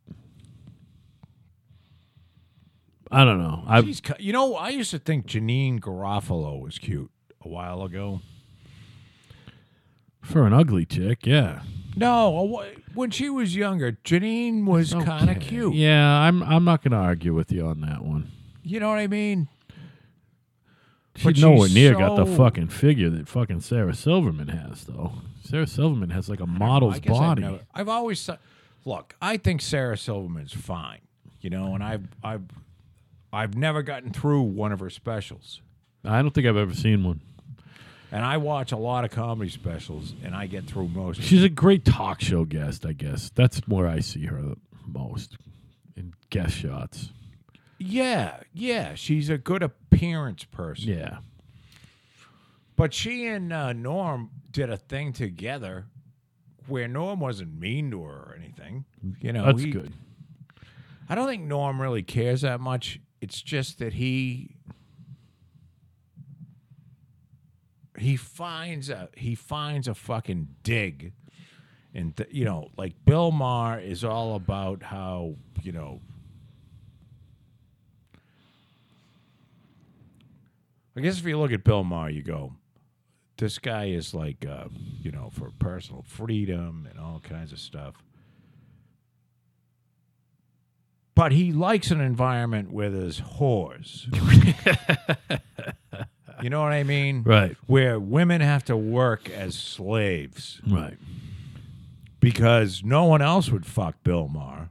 I don't know. I She's, cu- you know, I used to think Janine Garofalo was cute a while ago. for an ugly chick, yeah. No, a wh- when she was younger, Janine was kind of Okay. cute. Yeah, I'm I'm not gonna argue with you on that one. You know what I mean? She But nowhere she's near got the so- fucking figure that fucking Sarah Silverman has, though. Sarah Silverman has like a model's I guess I've body. never- I've, always thought- look. I think Sarah Silverman's fine, you know, and I've I've I've never gotten through one of her specials, I don't think I've ever seen one. and I watch a lot of comedy specials, and I get through most. She's a great talk show guest, I guess. That's where I see her the most in guest shots. yeah, yeah, she's a good appearance person. Yeah. But she and uh, Norm did a thing together where Norm wasn't mean to her or anything. You know, That's he- good. I don't think Norm really cares that much. It's just that he he finds a he finds a fucking dig, and th- you know, like Bill Maher is all about how you know. I guess if you look at Bill Maher, you go, this guy is like, uh, you know, for personal freedom and all kinds of stuff but he likes an environment where there's whores. you know what I mean? Right. Where women have to work as slaves Right. because no one else would fuck Bill Maher.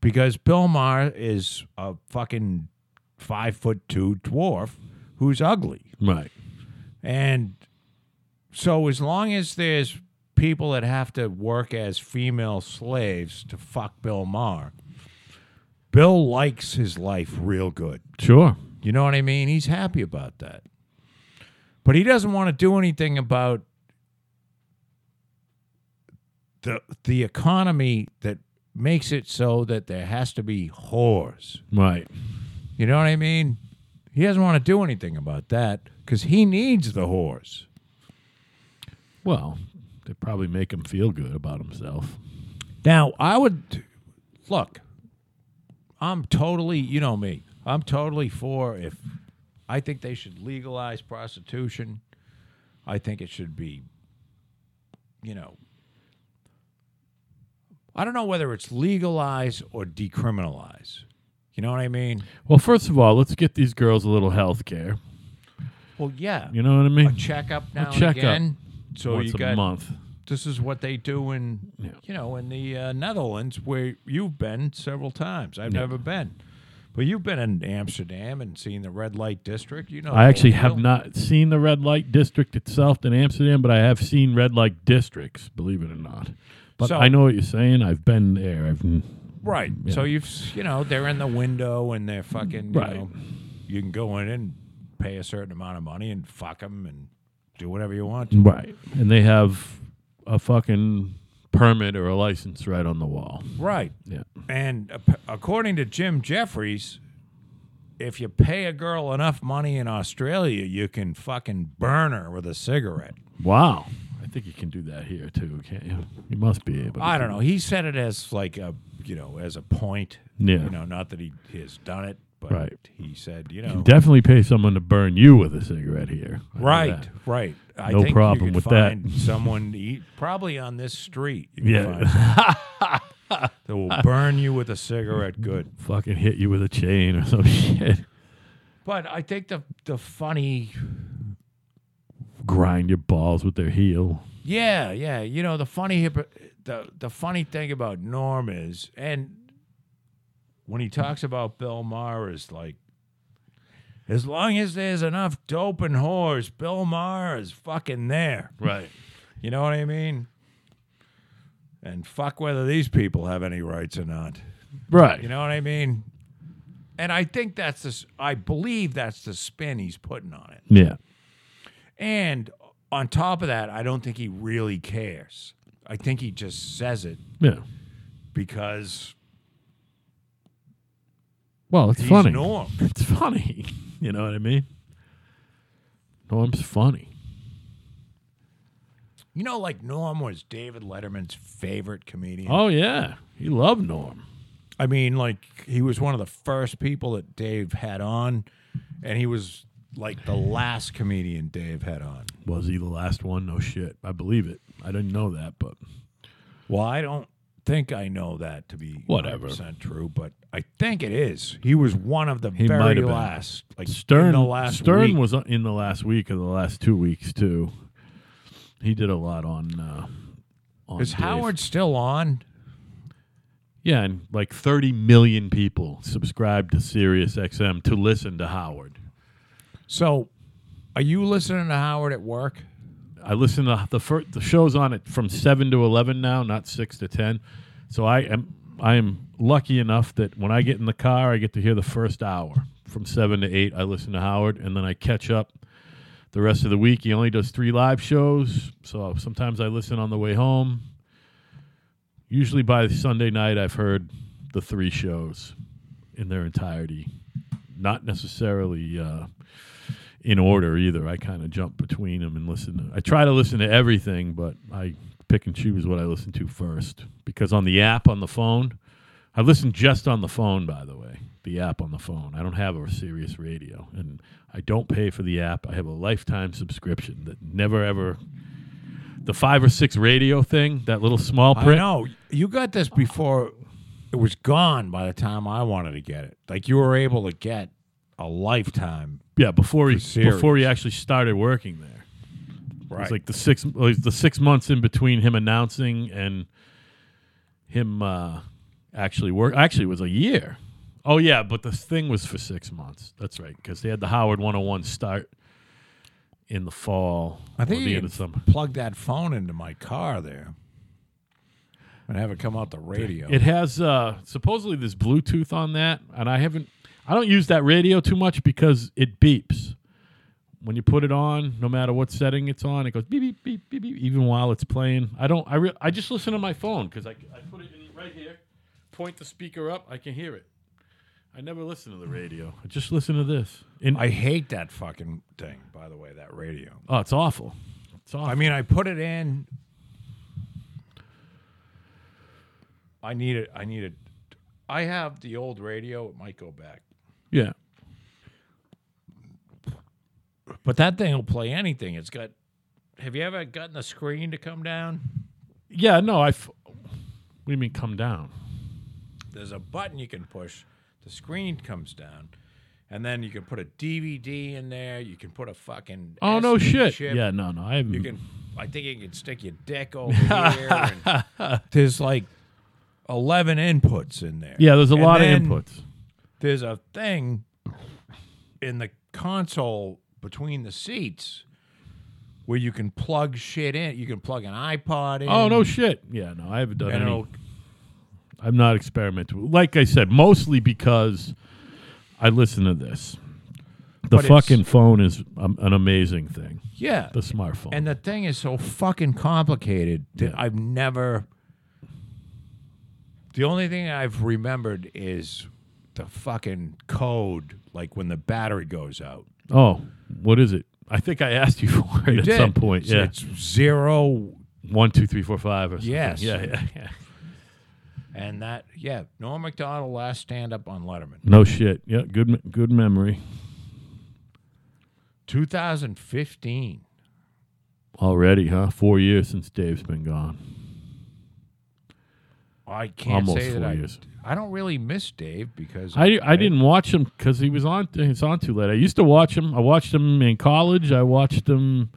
Because Bill Maher is a fucking five foot two dwarf who's ugly. Right. And so, as long as there's people that have to work as female slaves to fuck Bill Maher, Bill likes his life real good. Sure. You know what I mean? He's happy about that. But he doesn't want to do anything about the the economy that makes it so that there has to be whores. Right. You know what I mean? He doesn't want to do anything about that because he needs the whores. Well, they probably make him feel good about himself. Now, I would look. I'm totally, you know me. I'm totally for if I think they should legalize prostitution. I think it should be, you know, I don't know whether it's legalize or decriminalize. You know what I mean? Well, first of all, let's get these girls a little health care. Well, yeah. You know what I a mean? checkup now and checkup again. So Once you a got month. this is what they do in Yeah. you know in the uh, Netherlands where you've been several times. I've Yeah. never been, but you've been in Amsterdam and seen the red light district. You know, the I actually whole have deal. not seen the red light district itself in Amsterdam, but I have seen red light districts, believe it or not. But So- I know what you're saying. I've been there. I've Right. So you've s- you know they're in the window and they're fucking you Right. know you can go in and pay a certain amount of money and fuck them and do whatever you want. to. right, and they have a fucking permit or a license right on the wall. Right. Yeah, And ap- according to Jim Jeffries, if you pay a girl enough money in Australia, you can fucking burn her with a cigarette. wow. I think you can do that here too, can't you? You must be able. To I don't know. He said it as like a you know as a point. Yeah. You know, not that he has done it, but Right. he said you You know can definitely pay someone to burn you with a cigarette here. I know right that. right. I No think problem you could with that. find Someone to eat, probably on this street. You can find someone Yeah, that will burn you with a cigarette. Good. *laughs* fucking hit you with a chain or some *laughs* shit. But I think the the funny Grind your balls with their heel. Yeah, yeah. You know the funny hypo- the the funny thing about Norm is, and when he talks about Bill Maher is like, as long as there's enough dope and whores, Bill Maher is fucking there. Right. You know what I mean? And fuck whether these people have any rights or not. Right. You know what I mean? And I think that's this. I believe that's the spin he's putting on it. Yeah. And on top of that, I don't think he really cares. I think he just says it Yeah. because Well, it's he's funny. Norm. *laughs* it's funny. *laughs* You know what I mean? Norm's funny. You know, like Norm was David Letterman's favorite comedian. Oh yeah, he loved Norm. I mean, like he was one of the first people that Dave had on, and he was like the last comedian Dave had on. Was he the last one? No shit. I believe it. I didn't know that, but Well, I don't think I know that to be Whatever. 100% true, but I think it is. He was one of the He might very have been. last. Like Stern. in the last Stern week. was in the last week of the last two weeks too. He did a lot on. Uh, on Is Dave. Howard still on? Yeah, and like 30 million people subscribed to Sirius XM to listen to Howard. So, are you listening to Howard at work? I listen to the first the show's on it from seven to eleven now, not six to ten. So I am I am lucky enough that when I get in the car, I get to hear the first hour from seven to eight. I listen to Howard, and then I catch up the rest of the week. He only does three live shows, so sometimes I listen on the way home. Usually by Sunday night, I've heard the three shows in their entirety, not necessarily. Uh, in order either. I kind of jump between them and listen. To, I try to listen to everything, but I pick and choose what I listen to first because on the app on the phone, I listen just on the phone. By the way, the app on the phone. I don't have a serious radio, and I don't pay for the app. I have a lifetime subscription that never ever. The five or six radio thing, that little small I print. know you got this before it was gone. By the time I wanted to get it, like you were able to get a lifetime. Yeah, before he Sirius. before he actually started working there. Right. It's like the six like the six months in between him announcing and him uh, actually work. Actually, it was a year. Oh yeah, but the thing was for six months. That's right, because they had the Howard 101 start in the fall. I think or the you end can of summer. plug that phone into my car there and have it come out the radio. It has uh, supposedly this Bluetooth on that, and I haven't. I don't use that radio too much because it beeps when you put it on. No matter what setting it's on, it goes beep beep beep beep, beep even while it's playing. I don't. I re- I just listen to my phone because I, I put it in right here, point the speaker up, I can hear it. I never listen to the radio. I just listen to this. And I hate that fucking thing. By the way, that radio. oh, it's awful. It's awful. I mean, I put it in. I need it. I need it. I have the old radio. It might go back. yeah. But that thing will play anything. It's got. Have you ever gotten the screen to come down? Yeah, no, I. F- what do you mean come down? There's a button you can push. The screen comes down, and then you can put a DVD in there. You can put a fucking. Oh no SD shit! chip. Yeah, no, no, I haven't. You can. I think you can stick your dick over here. *laughs* And there's like eleven inputs in there. yeah, there's a And lot of then inputs. There's a thing in the console between the seats where you can plug shit in. You can plug an iPod in. Oh no shit! Yeah, no, I haven't done And any. it'll, I'm not experimental. Like I said, mostly because I listen to this. The But it's- fucking phone is um, an amazing thing. yeah. The smartphone. And the thing is so fucking complicated that Yeah. I've never. The only thing I've remembered is the fucking code, like when the battery goes out. oh, what is it? I think I asked you *laughs* for it at Did. some point. So yeah, It's zero, one, two, three, four, five. Or something. Yes. Yeah, *laughs* yeah, yeah. and that, yeah. Norm MacDonald last stand up on Letterman. No shit. Yeah, good, me- good memory 2015. already, huh? Four years since Dave's been gone. I can't Almost say that four I, years. I don't really miss Dave because I, I didn't watch him because he was on he's on too late. I used to watch him. I watched him in college. I watched him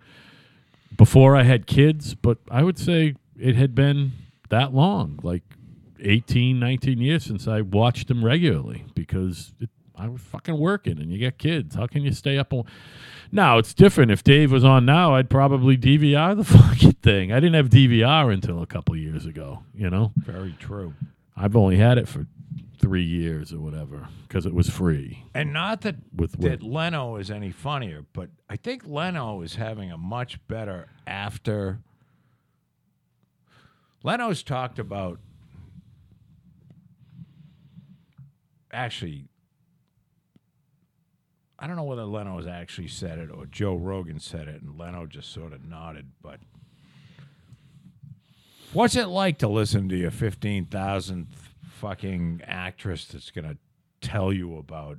before I had kids, but I would say it had been that long, like 18, 19 years since I watched him regularly because it, I was fucking working and you got kids. How can you stay up? All- now it's different. If Dave was on now, I'd probably DVR the *laughs* fucking thing. I didn't have DVR until a couple years ago. You know. Very true. I've only had it for three years or whatever because it was free. And not that With that what? Leno is any funnier, but I think Leno is having a much better after. Leno's talked about actually. I don't know whether Leno's actually said it or Joe Rogan said it, and Leno just sort of nodded. But what's it like to listen to your fifteen thousandth fucking actress that's gonna tell you about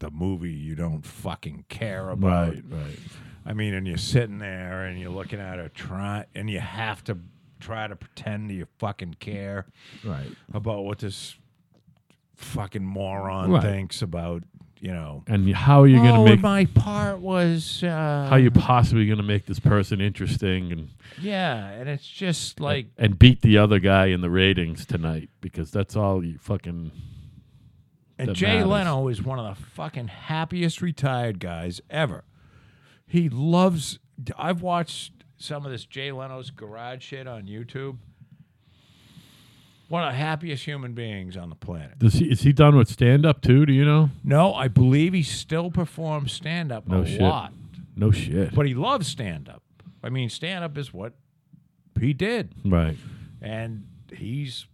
the movie you don't fucking care about. right. I mean, and you're sitting there and you're looking at her try, and you have to try to pretend you fucking care Right. about what this fucking moron Right. thinks about, you know. And how are you going oh, to make? my part was uh, How you possibly going to make this person interesting and Yeah, and it's just like and beat the other guy in the ratings tonight? Because that's all you fucking. And that Jay matters. Leno is one of the fucking happiest retired guys ever. He loves. I've watched some of this Jay Leno's garage shit on YouTube. One of the happiest human beings on the planet. Does he is he done with stand up too? Do you know? No, I believe he still performs stand up No a shit. lot, No shit. but he loves stand up. I mean, stand up is what he did. Right. and he's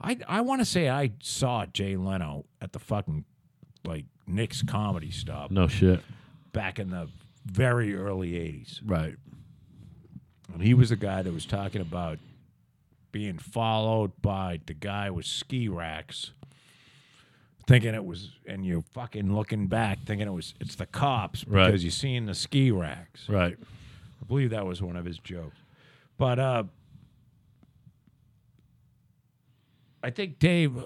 I I want to say I saw Jay Leno at the fucking like Nick's comedy stop No shit. back in the very early 80s. Right. And he was the guy that was talking about being followed by the guy with ski racks thinking it was and you're fucking looking back thinking it was it's the cops because Right. you're seeing the ski racks. Right. I believe that was one of his jokes. But uh, I think Dave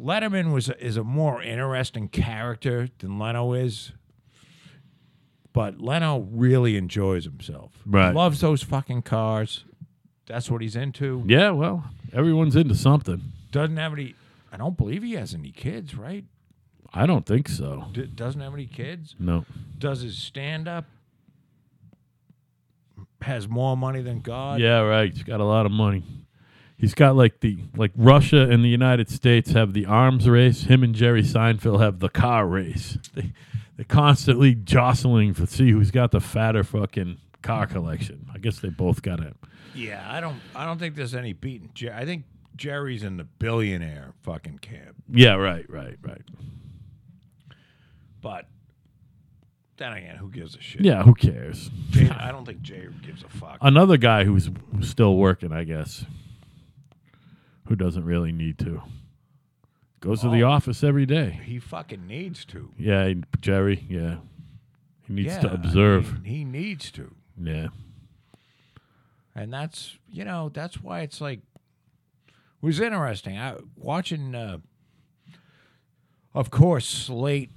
Letterman was a, is a more interesting character than Leno is. But Leno really enjoys himself. Right. Loves those fucking cars. That's what he's into. Yeah. Well, everyone's into something. Doesn't have any. I don't believe he has any kids, right? I don't think so. D- doesn't have any kids. No. Does his stand up. Has more money than God. Yeah, right. He's got a lot of money. He's got like the like Russia and the United States have the arms race. Him and Jerry Seinfeld have the car race. They, they're constantly jostling for see who's got the fatter fucking car collection. I guess they both got it. Yeah, I don't. I don't think there's any beating. Jer- I think Jerry's in the billionaire fucking camp, Yeah, right, right, right. but then again, who gives a shit? Yeah, who cares? Jay, I don't think Jay gives a fuck. Another guy who's who's still working, I guess, who doesn't really need to. Goes to the Oh. office every day. he fucking needs to. Yeah, Jerry. Yeah, He needs yeah, to I observe. mean, he needs to. yeah. and that's you know that's why it's like it was interesting i watching uh of course slate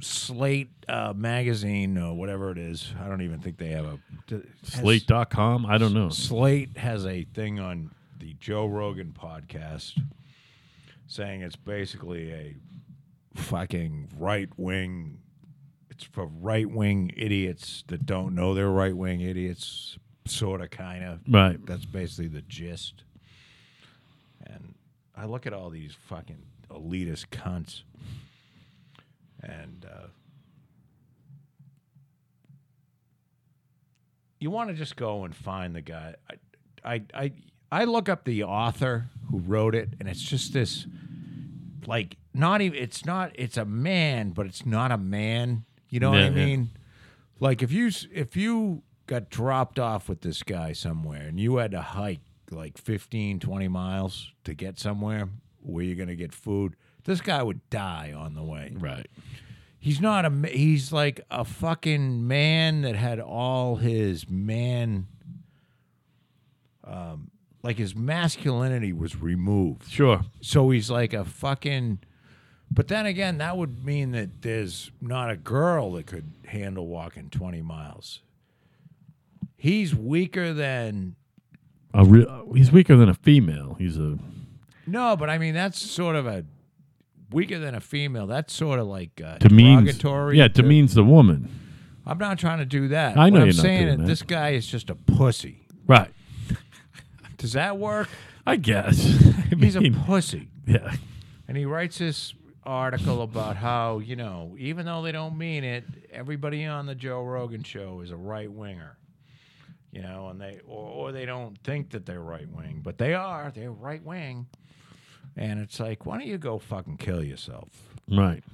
slate uh magazine or whatever it is i don't even think they have a d- has- Slate.com. I don't know. slate has a thing on the joe rogan podcast saying it's basically a fucking right wing it's for right wing idiots that don't know they're right wing idiots sort of kind of Right. that's basically the gist. And I look at all these fucking elitist cunts, and uh, you want to just go and find the guy. I, I, I, I look up the author who wrote it, and it's just this, like, not even. It's not. It's a man, but it's not a man. You know what Yeah, I yeah. mean? Like if you s- if you got dropped off with this guy somewhere and you had to hike like 15 20 miles to get somewhere where you're going to get food, this guy would die on the way. Right. He's not a ma- he's like a fucking man that had all his man um like his masculinity was removed. Sure. So he's like a fucking. But then again, that would mean that there's not a girl that could handle walking 20 miles. He's weaker than. A re- he's weaker than a female. He's a No, but I mean, that's sort of a. Weaker than a female. That's sort of like uh, demeans. derogatory. Yeah, demeans the woman. I'm not trying to do that. I know what I'm you're not saying doing is that. this guy is just a pussy. Right. Does that work? I guess. *laughs* I He's a mean, pussy. yeah. And he writes this article about how, you know, even though they don't mean it, everybody on the Joe Rogan show is a right winger. You know, and they or, or they don't think that they're right wing, but they are. They're right wing. And it's like, why don't you go fucking kill yourself? Right.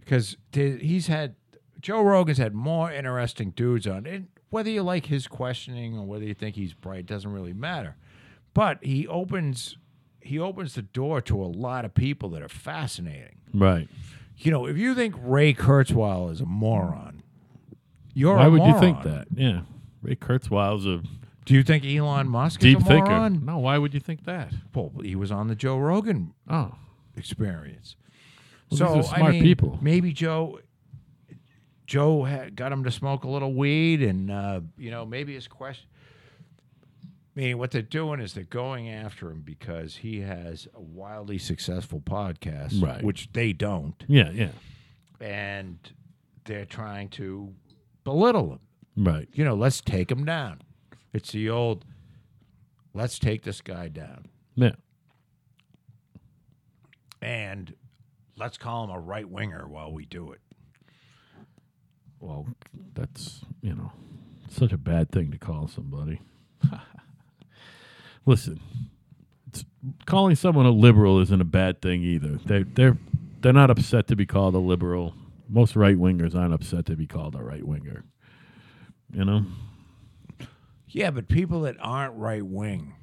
Because he's had Joe Rogan's had more interesting dudes on it. Whether you like his questioning or whether you think he's bright doesn't really matter. But he opens he opens the door to a lot of people that are fascinating Right. you know, if you think Ray Kurzweil is a moron, you're Why a would you moron. think that? Yeah. Ray Kurzweil's a Do you think Elon Musk deep is a thinker. moron? No, why would you think that? Well, he was on the Joe Rogan Oh. experience. Well, so these are I smart mean, people. Maybe Joe, Joe had, got him to smoke a little weed, and uh, you know, maybe his question. Meaning, what they're doing is they're going after him because he has a wildly successful podcast, Right. which they don't, Yeah, yeah. and they're trying to belittle him. Right. you know, let's take him down. It's the old, let's take this guy down Yeah. and let's call him a right winger while we do it. Well, that's, you know, such a bad thing to call somebody. Listen, it's, calling someone a liberal isn't a bad thing either. They they're they're not upset to be called a liberal. Most right wingers aren't upset to be called a right winger. You know? Yeah, but people that aren't right wing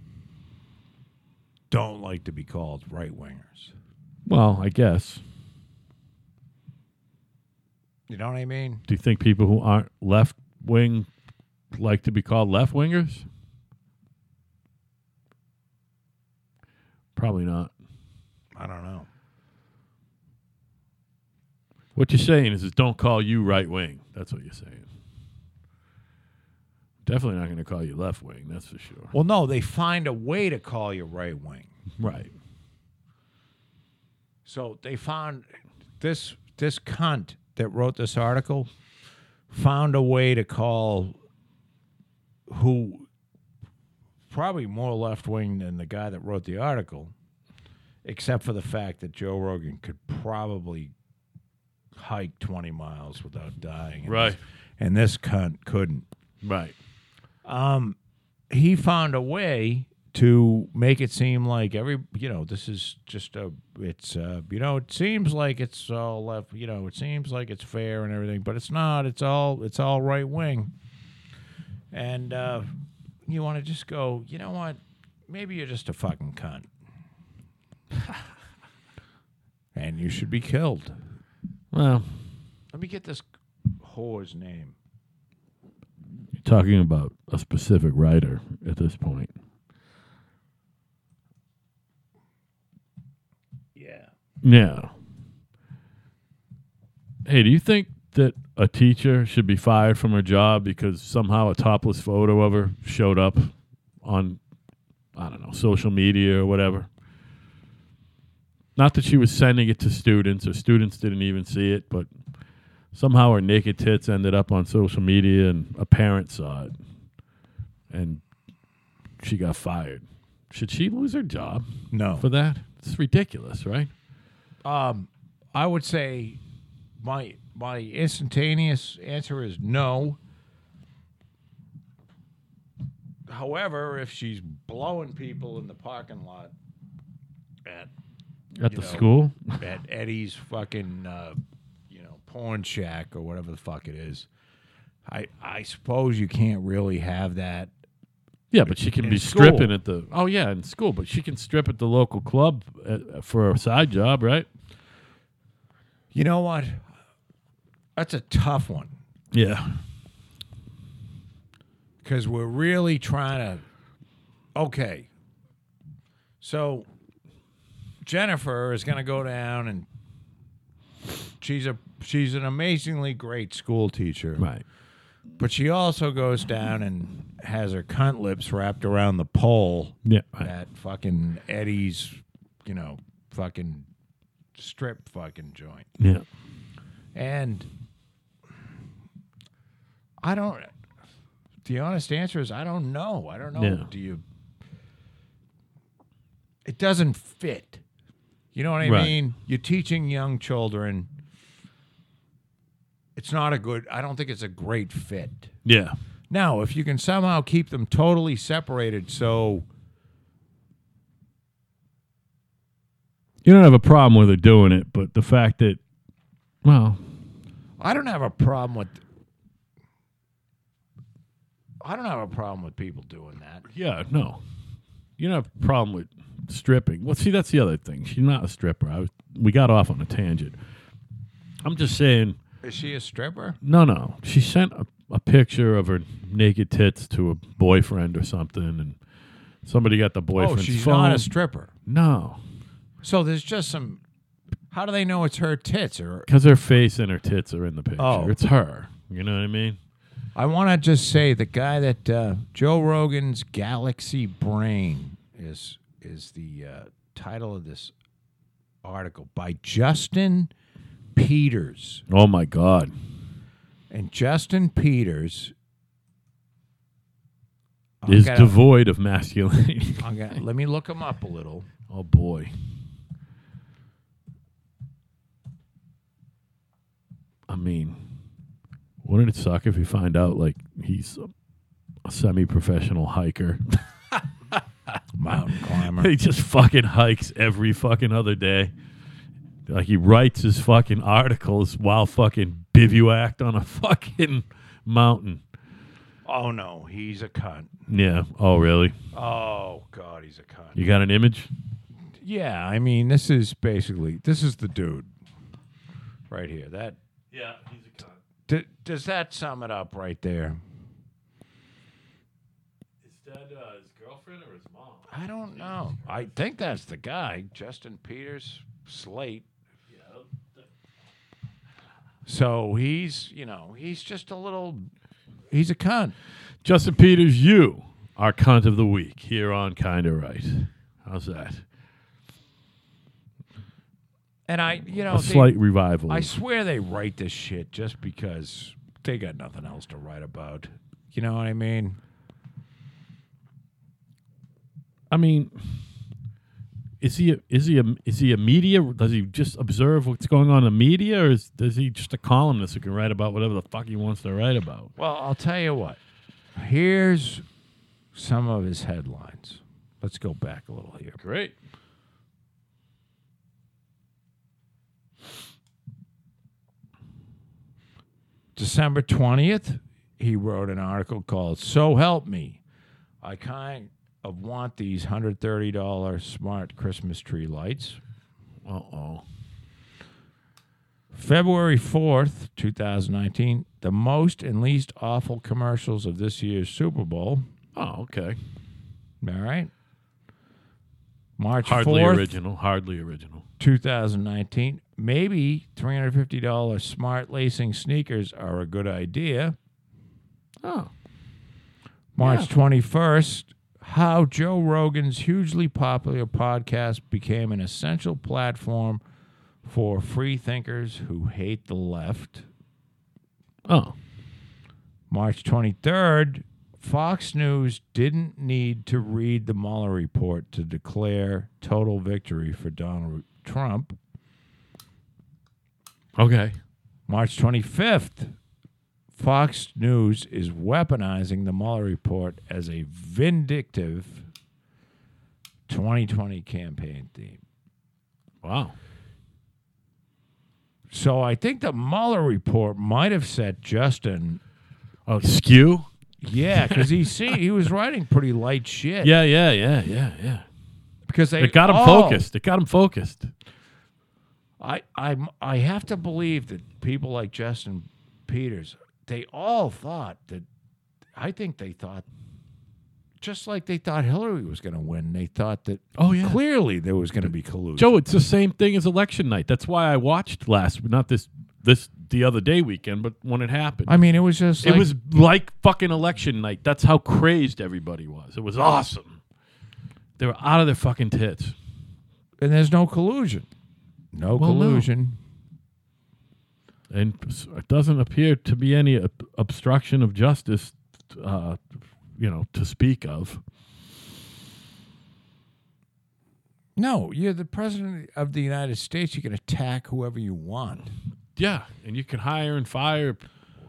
don't like to be called right wingers. Well, I guess. You know what I mean? Do you think people who aren't left wing like to be called left wingers? Probably not. I don't know. What you're saying is, is don't call you right wing. That's what you're saying. Definitely not going to call you left wing. That's for sure. Well, no, they find a way to call you right wing. Right. So they found this this cunt that wrote this article found a way to call who probably more left wing than the guy that wrote the article, except for the fact that Joe Rogan could probably hike twenty miles without dying. And Right. this- and this cunt couldn't Right. um, he found a way to make it seem like every you know this is just a it's uh you know it seems like it's all left you know it seems like it's fair and everything but it's not it's all it's all right wing and uh you want to just go you know what maybe you're just a fucking cunt *laughs* and you should be killed Well, let me get this whore's name. You're talking about a specific writer at this point. Yeah. Now, hey, do you think that a teacher should be fired from her job because somehow a topless photo of her showed up on, I don't know, social media or whatever? Not that she was sending it to students or students didn't even see it, but somehow her naked tits ended up on social media and a parent saw it and she got fired. Should she lose her job No. for that? It's ridiculous, right? Um, I would say my my instantaneous answer is no. However, if she's blowing people in the parking lot at At You the know. school? at Eddie's fucking uh, you know porn shack or whatever the fuck it is, I I suppose you can't really have that. Yeah, but she can In be school. stripping at the. Oh yeah, in school, but she can strip at the local club uh for a side job, right? You know what? That's a tough one Yeah. because we're really trying to. Okay. So Jennifer is going to go down and she's a she's an amazingly great school teacher. Right. But she also goes down and has her cunt lips wrapped around the pole Yeah. Right. at fucking Eddie's, you know, fucking strip fucking joint. Yeah. And I don't. The honest answer is I don't know. I don't know. Yeah. Do you? It doesn't fit. You know what I Right. mean? You're teaching young children. It's not a good. I don't think it's a great fit. Yeah. Now, if you can somehow keep them totally separated, so You don't have a problem with her doing it, but the fact that, well, I don't have a problem with. I don't have a problem with people doing that. yeah, no, you don't have a problem with stripping. Well, see, that's the other thing. She's not a stripper. I was, we got off on a tangent. I'm just saying. Is she a stripper? No, no. She sent a, a picture of her naked tits to a boyfriend or something, and somebody got the Oh, boyfriend's she's phone. not a stripper. no, So there's just some. How do they know it's her tits? Or because her face and her tits are in the picture. Oh. It's her. You know what I mean? I want to just say the guy that uh, Joe Rogan's Galaxy Brain is is the uh, title of this article by Justin Peters. Oh my God. And Justin Peters I'm Is gonna- devoid of masculinity. *laughs* I'm gonna- let me look him up a little. oh boy. I mean, wouldn't it suck if you find out like he's a, a semi-professional hiker? Mountain climber. *laughs* he just fucking hikes every fucking other day. Like he writes his fucking articles while fucking bivouacked on a *laughs* fucking mountain. Oh no, he's a cunt. Yeah. Oh, really? Oh god, he's a cunt. You got an image? Yeah, I mean this is basically this is the dude right here. That Yeah, he's a cunt. d- does that sum it up right there? Is that uh, his girlfriend or his mom? I don't know. I think that's the guy, Justin Peters Slate. So he's, you know, he's just a little he's a cunt. Justin Peters, you are cunt of the week here on Kinda Right. How's that? And I, you know, A they- slight revival. Oh, I swear they write this shit just because they got nothing else to write about. You know what I mean? I mean, is he a, is he a, is he a media? Does he just observe what's going on in the media, or is does he just a columnist who can write about whatever the fuck he wants to write about? Well, I'll tell you what. Here's some of his headlines. Let's go back a little here. Great. December 20th, he wrote an article called So Help Me. I kind of want these $130 smart Christmas tree lights. Uh oh. February 4th, 2019, the most and least awful commercials of this year's Super Bowl. Oh, okay. All right. March Hardly 4th, original. Hardly original. 2019. Maybe $350 smart lacing sneakers are a good idea. Oh. March 21st, how Joe Rogan's hugely popular podcast became an essential platform for free thinkers who hate the left. Oh. March 23rd, Fox News didn't need to read the Mueller report to declare total victory for Donald Trump. Okay. March 25th, Fox News is weaponizing the Mueller report as a vindictive 2020 campaign theme. Wow. So I think the Mueller report might have set Justin, Oh, skew. yeah, because he see he was writing pretty light shit. Yeah, yeah, yeah, yeah, yeah. because they It got him oh, focused. It got him focused. I I I have to believe that people like Justin Peters, they all thought that. I think they thought, just like they thought Hillary was going to win, they thought that Oh yeah. clearly there was going to be collusion. Joe, it's the same thing as election night. That's why I watched last, not this, this the other day weekend, but when it happened, I mean, it was just it like- was like fucking election night. That's how crazed everybody was. It was awesome. They were out of their fucking tits. and there's no collusion, no Well, no. collusion. and s- it doesn't appear to be any ob- obstruction of justice, uh, you know, to speak of. No. you're the president of the United States. You can attack whoever you want. Yeah, and you can hire and fire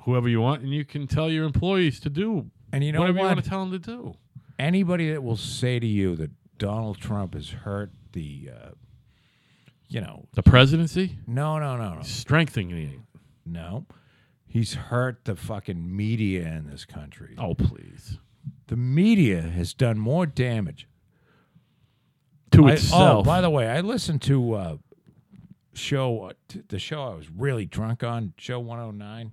whoever you want, and you can tell your employees to do And you know whatever you what? want to tell them to do. Anybody that will say to you that Donald Trump has hurt the, uh, you know, The presidency no, no, no, no. strengthening. it. No. He's hurt the fucking media in this country. Oh please, The media has done more damage. to I- oh, itself. by the way, I listened to uh, show uh, t- the show I was really drunk on, show 109.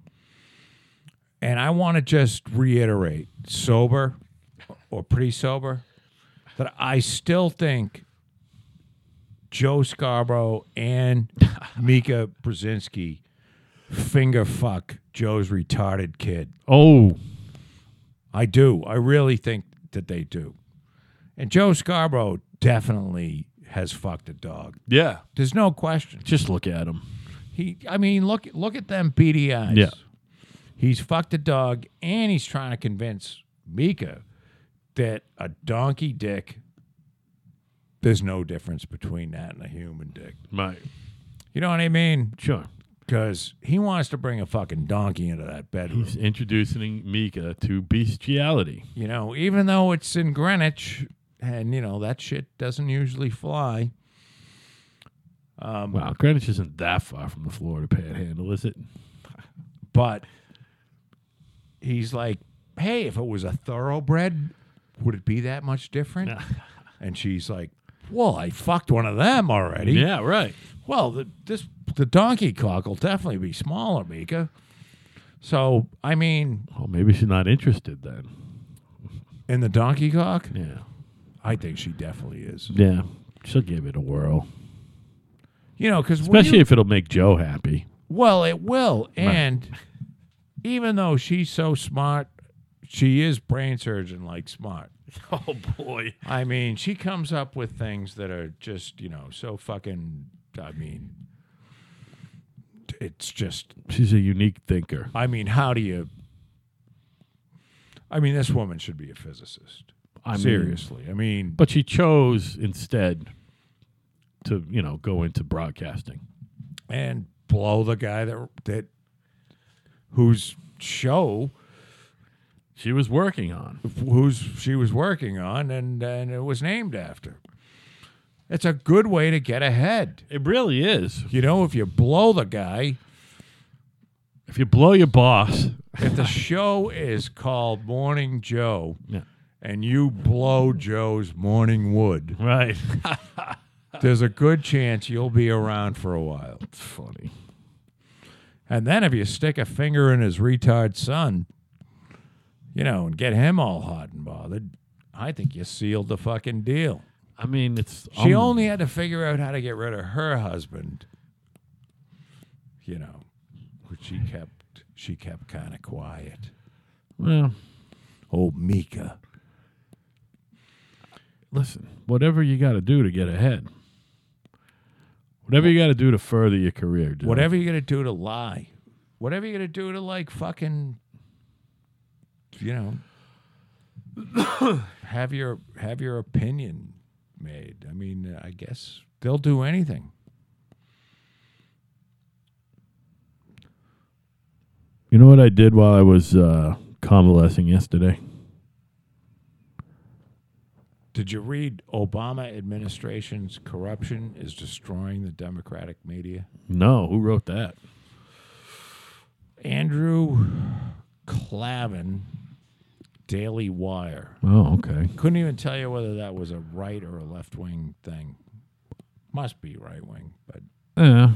And I want to just reiterate, sober or pretty sober, that I still think Joe Scarborough and Mika Brzezinski finger fuck Joe's retarded kid. oh, I do. I really think that they do. And Joe Scarborough definitely has fucked a dog. yeah. There's no question. Just look at him. He, I mean, look, look at them beady eyes. Yeah. He's fucked a dog, and he's trying to convince Mika that a donkey dick. There's no difference between that and a human dick. Right. You know what I mean? Sure. Because he wants to bring a fucking donkey into that bedroom. He's introducing Mika to bestiality. you know, even though it's in Greenwich and, you know, that shit doesn't usually fly. Um, Wow, Greenwich isn't that far from the Florida Panhandle, is it? but he's like, hey, if it was a thoroughbred, would it be that much different? *laughs* and she's like, well, I fucked one of them already. Yeah, right. Well, the, this the donkey cock will definitely be smaller, Mika. So, I mean, Well, maybe she's not interested then. in the donkey cock, Yeah. I think she definitely is. Yeah. She'll give it a whirl. You know, because Especially if it'll make Joe happy. Well, it will. And even though she's so smart, she is brain surgeon like smart. *laughs* Oh, boy. I mean, she comes up with things that are just, you know, so fucking. I mean, it's just. She's a unique thinker. I mean, how do you. I mean, this woman should be a physicist. I mean- Seriously. I mean, but she chose instead to, you know, go into broadcasting. and blow the guy that, that whose show She was working on. who's she was working on and and it was named after. It's a good way to get ahead. It really is. You know, if you blow the guy, If you blow your boss, if the show is called Morning Joe Yeah. and you blow Joe's morning wood, right. *laughs* there's a good chance you'll be around for a while. It's funny. And then if you stick a finger in his retard son, you know, and get him all hot and bothered, I think you sealed the fucking deal. I mean, it's She um, only had to figure out how to get rid of her husband. You know, which she kept she kept kind of quiet. Well, Old Mika. listen, whatever you got to do to get ahead, whatever you got to do to further your career, dude. Whatever you're gonna do to lie, whatever you're gonna do to like fucking, you know, *coughs* have your have your opinion made. I mean, uh, I guess they'll do anything. You know what I did while I was uh, convalescing yesterday? Did you read Obama administration's corruption is destroying the Democratic media? No, who wrote that? Andrew Clavin, Daily Wire. Oh, okay. Couldn't even tell you whether that was a right or a left wing thing. Must be right wing, but Yeah.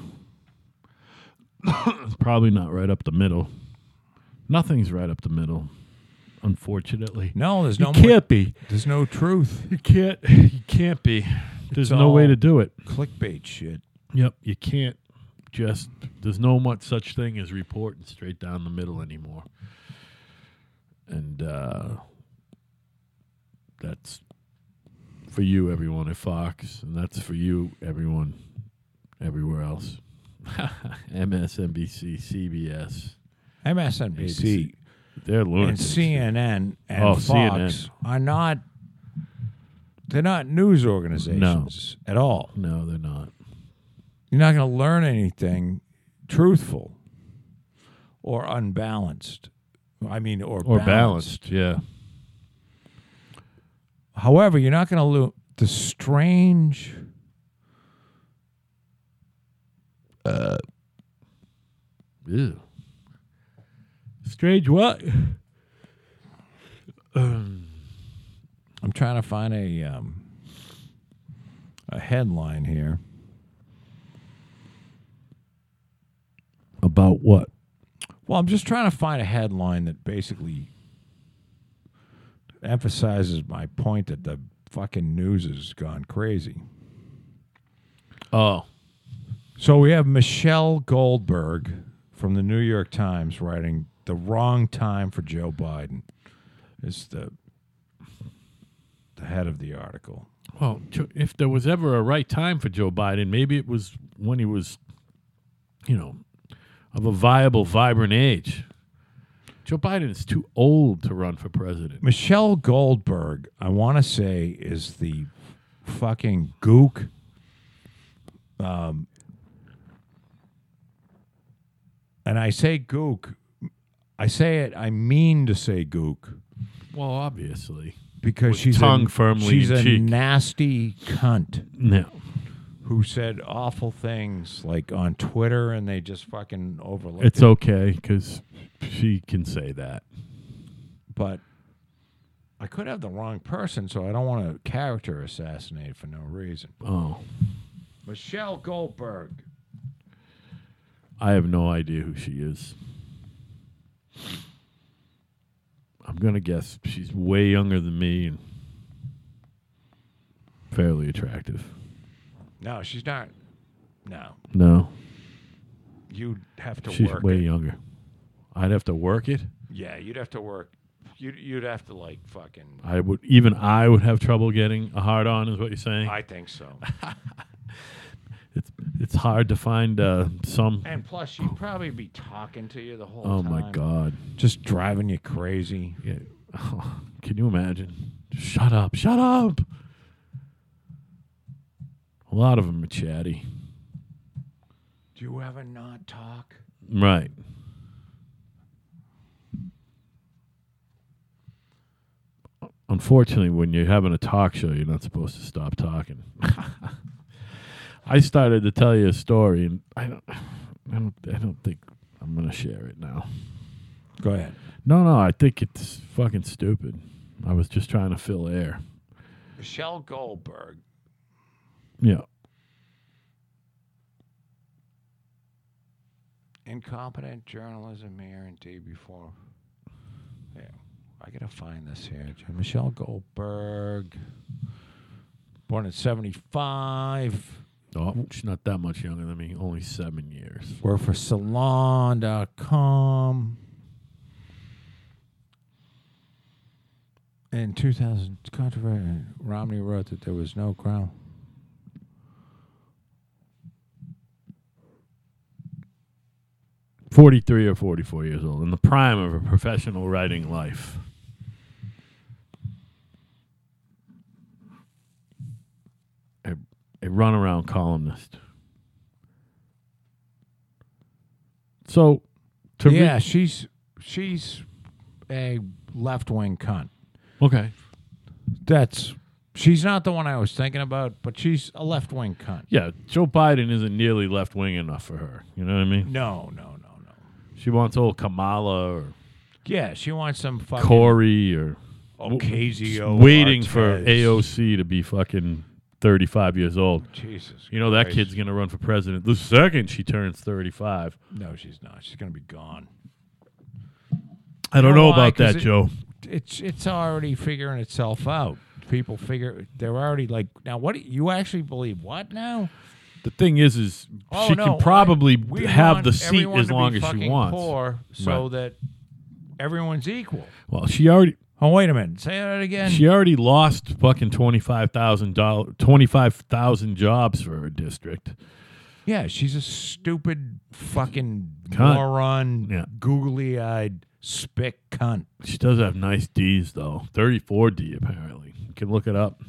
*coughs* it's probably not right up the middle. Nothing's right up the middle, unfortunately. no, there's no you more, can't be. there's no truth. You can't. You can't be. There's It's no way all- to do it. Clickbait shit. Yep. You can't just. There's no much such thing as reporting straight down the middle anymore. And uh, that's for you, everyone at Fox, and that's for you, everyone, everywhere else. *laughs* MSNBC, CBS, MSNBC they're and lunatics. CNN and Oh, Fox CNN. are not they're not news organizations at all. no, they're not. You're not going to learn anything truthful or unbalanced. I mean, or, Or balanced, balanced. yeah. However, you're not going to lose the strange Ew. Strange what? *laughs* Um, I'm trying to find a um, a headline here About what? Well, I'm just trying to find a headline that basically emphasizes my point that the fucking news has gone crazy. Oh, So we have Michelle Goldberg from the New York Times writing The Wrong Time for Joe Biden is the the head of the article. Well, Jo- if there was ever a right time for Joe Biden, maybe it was when he was, you know, of a viable, vibrant age. Joe Biden is too old to run for president. Michelle Goldberg, I want to say, is the fucking gook. Um, and I say gook, I say it, I mean to say gook Well, obviously. because With she's tongue a, firmly she's in a cheek. nasty cunt No. who said awful things like on Twitter and they just fucking overlooked It's it. okay because she can say that. but I could have the wrong person, so I don't want to character assassinate for no reason. Oh, Michelle Goldberg. I have no idea who she is. I'm going to guess she's way younger than me and fairly attractive. No, she's not. No, No. you'd have to She's work. way it. younger. I'd have to work it. Yeah, you'd have to work. You'd you'd have to like fucking. I would even I would have trouble getting a hard on is what you're saying. I think so. it's it's hard to find uh, some and plus, she'd probably be talking to you the whole Oh time. my god. Just driving you crazy. Yeah. *sighs* can you imagine? Shut up. Shut up. A lot of them are chatty. Do you ever not talk? Right. Unfortunately, when you're having a talk show, you're not supposed to stop talking. I started to tell you a story, and I don't, I don't, I don't think I'm going to share it now. Go ahead. No, no, I think it's fucking stupid. I was just trying to fill air. Michelle Goldberg. Yeah. Incompetent journalism here and day before. Yeah, I gotta find this here. J- Michelle Goldberg, born in '75. Oh, she's not that much younger than me. Only seven years. Worked for Salon.com. In 2000, controversy, Romney wrote that there was no crown. Forty-three or forty-four years old, in the prime of her professional writing life. A, a runaround columnist. So, to re- yeah, she's she's a left wing cunt. okay, That's she's not the one I was thinking about, but she's a left wing cunt. yeah, Joe Biden isn't nearly left wing enough for her. You know what I mean? No, no, no, no. She wants old Kamala or Yeah, she wants some fucking Corey or Ocasio. waiting for AOC to be fucking 35 years old. Jesus, You know that Christ. kid's gonna run for president the second she turns 35. No, she's not. She's gonna be gone. I don't know know why? about 'Cause that, it- Joe. It's it's already figuring itself out. People figure they're already like now. What do you actually believe? What now? The thing is, is Oh, she no, can probably I- we have want the seat everyone as to be long as she fucking wants. poor so Right. that everyone's equal. Well, she already Oh wait a minute, say that again. she already lost fucking twenty five thousand dollars, twenty five thousand jobs for her district. Yeah, she's a stupid fucking Cunt. moron, Yeah. googly eyed spick cunt. She does have nice D's though, thirty four D apparently. You can look it up.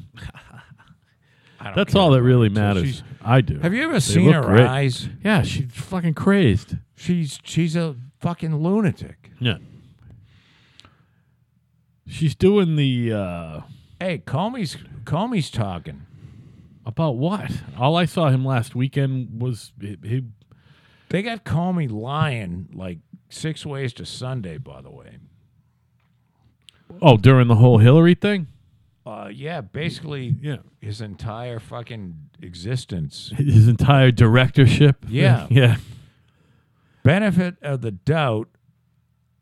I don't That's care all that about really it. So matters. she's- I do. have you ever seen her look great. eyes? Yeah, she's fucking crazed. She's she's a fucking lunatic. Yeah. She's doing the uh Hey, Comey's Comey's talking. about what? All I saw him last weekend was he, he They got Comey lying like six ways to Sunday. By the way, Oh, during the whole Hillary thing? uh, yeah, basically Yeah. his entire fucking existence. His entire directorship? Yeah. *laughs* yeah. Benefit of the doubt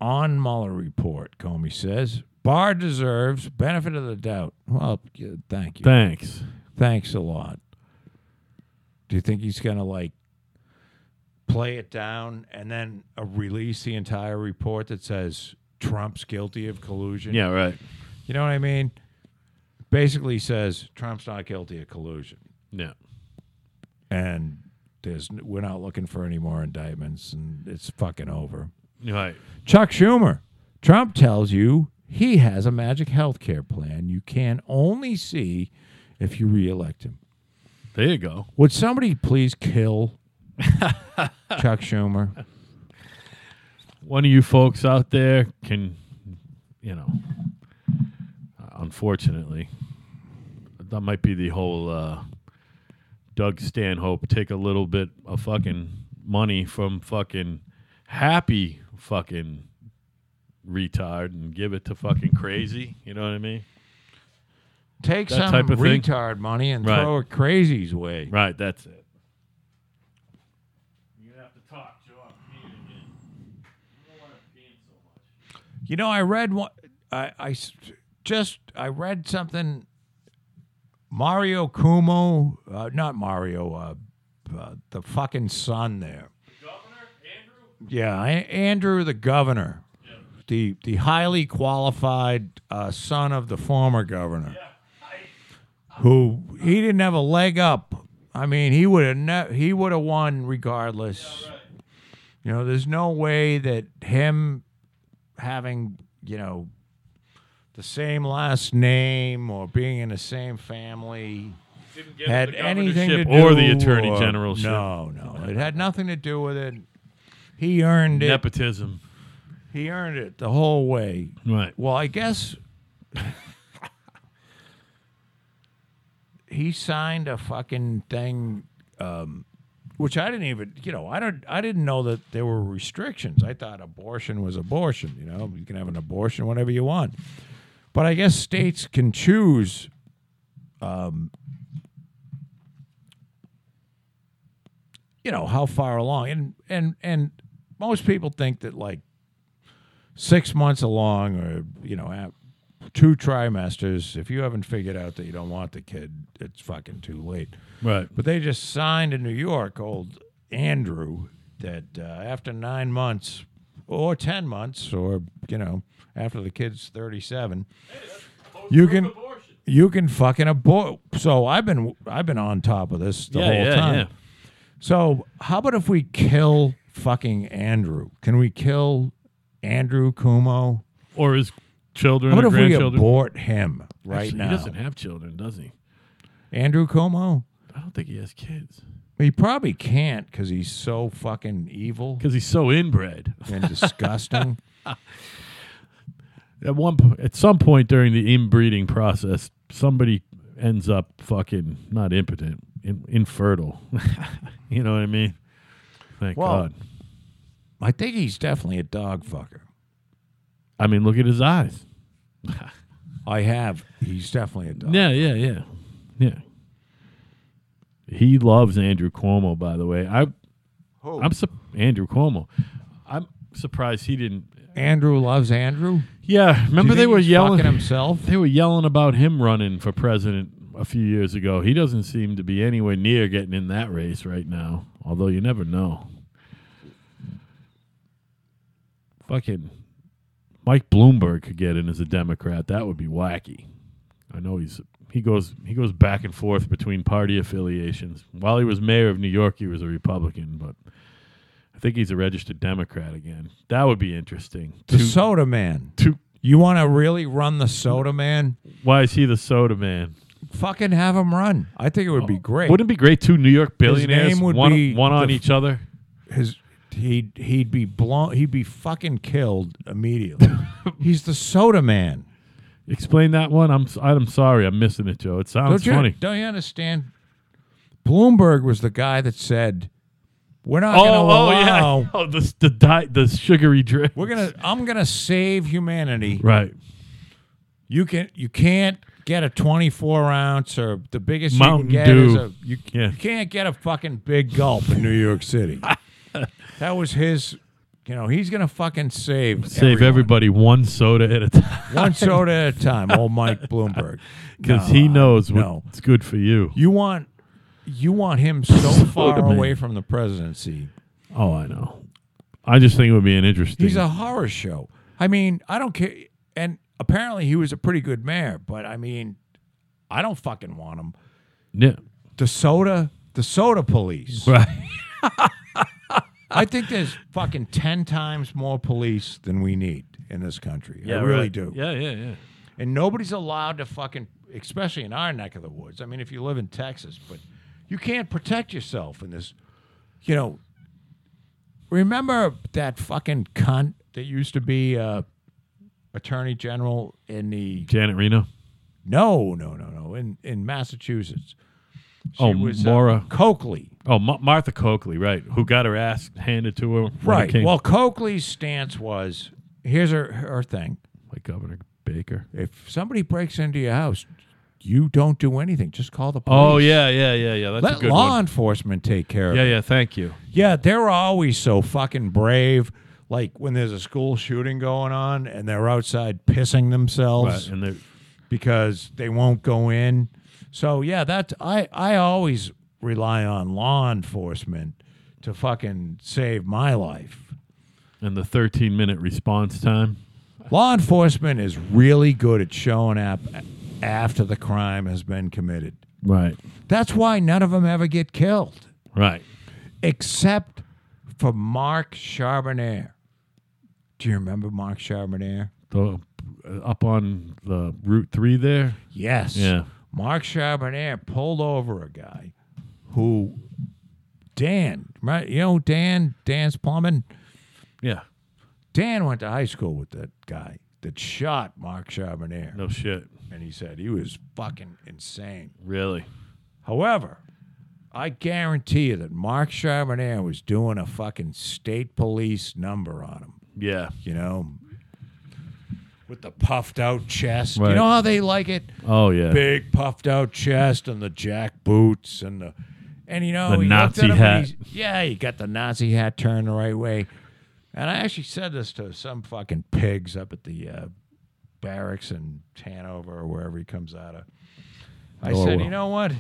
on Mueller report, Comey says. Barr deserves benefit of the doubt. Well, yeah, thank you. Thanks. Thanks a lot. Do you think he's going to like play it down and then uh, release the entire report that says Trump's guilty of collusion? Yeah, right. You know what I mean? Basically says Trump's not guilty of collusion Yeah. and there's n- we're not looking for any more indictments and it's fucking over. Right. Chuck Schumer. Trump tells you he has a magic health care plan you can only see if you reelect him. There you go. Would somebody please *laughs* kill Chuck Schumer? One of you folks out there can you know uh, unfortunately that might be the whole uh Doug Stanhope take a little bit of fucking money from fucking happy fucking retard and give it to fucking crazy. You know what I mean? Take That some type of thing? retard money and Right. throw it crazy's way. Right, that's it. You're gonna have to talk, Joe. I'm peeing again. I don't want to pee so much. You know, I read one. I, I s- just I read something. Mario Cuomo, uh, not Mario, uh, uh, the fucking son there. Governor Andrew? Yeah, A- Andrew, the governor, the the highly qualified uh, son of the former governor, who he didn't have a leg up. I mean, he would have ne- he would have won regardless. You know, there's no way that him having you know the same last name or being in the same family Didn't get had anything to do or the attorney or- generalship. No, no, it had nothing to do with it. He earned it. Nepotism. He earned it the whole way. Right. Well, I guess *laughs* he signed a fucking thing, um, which I didn't even, you know, I don't, I didn't know that there were restrictions. I thought abortion was abortion. You know, you can have an abortion whenever you want, but I guess states can choose. Um, you know how far along, and and and most people think that like six months along, or you know, at two trimesters, if you haven't figured out that you don't want the kid, it's fucking too late. Right. But they just signed in New York, old Andrew, that uh, after nine months or 10 months, or, you know, after the kid's 37, you can. You can fucking abort. So I've been I've been on top of this the Yeah, whole yeah, time. yeah. So how about if we kill fucking Andrew? Can we kill Andrew Kumo? Or his children or How about if we grandchildren. abort him right Actually, now? He doesn't have children, does he? Andrew Como? I don't think he has kids He probably can't because he's so fucking evil because he's so inbred. *laughs* and disgusting. At one, po- at some point during the inbreeding process, somebody ends up fucking not impotent, in, infertile. *laughs* you know what I mean? Thank Well- God. I think he's definitely a dog fucker. I mean, look at his eyes. I have. He's definitely a dog. Yeah, yeah, yeah, yeah. He loves Andrew Cuomo, by the way. I, Who? I'm su- Andrew Cuomo. I'm surprised he didn't. Andrew loves Andrew. Yeah, Do you remember they think were he's yelling. fucking himself. They were yelling about him running for president a few years ago. He doesn't seem to be anywhere near getting in that race right now, although you never know. Fucking Mike Bloomberg could get in as a Democrat. That would be wacky. I know he's he goes he goes back and forth between party affiliations. While he was mayor of New York, he was a Republican, but I think he's a registered Democrat again. That would be interesting. The Two- soda man. two- You want to really run the soda man? why is he the soda man? Fucking have him run. I think it would be great. Wouldn't it be great two New York billionaires, name would one, be one on the- each other? his he'd he'd be blown he'd be fucking killed *laughs* immediately. He's the soda man. Explain that one. I'm s- I'm sorry, I'm missing it, Joe. It sounds Don't you funny. don't you understand? Bloomberg was the guy that said we're not gonna Oh, oh allow yeah. *laughs* Oh, the s- the di- the sugary drink. we're gonna I'm gonna save humanity. right. You can you can't get a 24 ounce or the biggest Mountain you can get Dew. is a you, Yeah. you can't get a fucking big gulp in New York *laughs* City. that was his you know, he's gonna fucking save Save *laughs* everyone. everybody one soda at a time One soda at a time, old Mike *laughs* Bloomberg. because he knows what's no. good for you. You want you want *laughs* him so far man. away from the presidency. Oh, I know. I just think it would be an interesting. He's a horror show. I mean, I don't care. And apparently, he was a pretty good mayor. But I mean, I don't fucking want him. yeah, The soda, the soda police. *laughs* right. I think there's fucking ten times more police than we need in this country. I really do. Yeah, yeah, yeah. and nobody's allowed to fucking, especially in our neck of the woods. I mean, if you live in Texas, but you can't protect yourself in this. You know, remember that fucking cunt that used to be uh, attorney general in the Janet Reno. no, no, no, no, in in Massachusetts. She Oh, uh, Maura. Coakley. Oh, Ma- Martha Coakley, right? Who got her ass handed to her? when it Right. came- Well, Coakley's stance was here's her her thing. like Governor Baker. If somebody breaks into your house, you don't do anything. Just call the police. Oh yeah, yeah, yeah, yeah. That's a Let good law one. enforcement take care of Yeah, it. yeah. Thank you. Yeah, they're always so fucking brave. Like when there's a school shooting going on and they're outside pissing themselves And the because they won't go in. So yeah, that's I I always rely on law enforcement to fucking save my life. and the 13 minute response time. Law enforcement is really good at showing up after the crime has been committed. Right. That's why none of them ever get killed. Right. except for Mark Charbonnier. Do you remember Mark Charbonnier? The, uh, up on the Route Three there. Yes. Yeah. Mark Charbonnier pulled over a guy who Dan, right? You know Dan, Dan's plumbing. Yeah. Dan went to high school with that guy that shot Mark Charbonnier. No shit. And he said he was fucking insane. Really. However, I guarantee you that Mark Charbonnier was doing a fucking state police number on him. Yeah. you know, with the puffed out chest. Right. You know how they like it? Oh yeah. Big puffed out chest and the jack boots and the and you know The he looked at Nazi him and hat. he's- yeah, he got the Nazi hat turned the right way. And I actually said this to some fucking pigs up at the uh, barracks in Hanover or wherever he comes out of. I said, Norwell. you know what?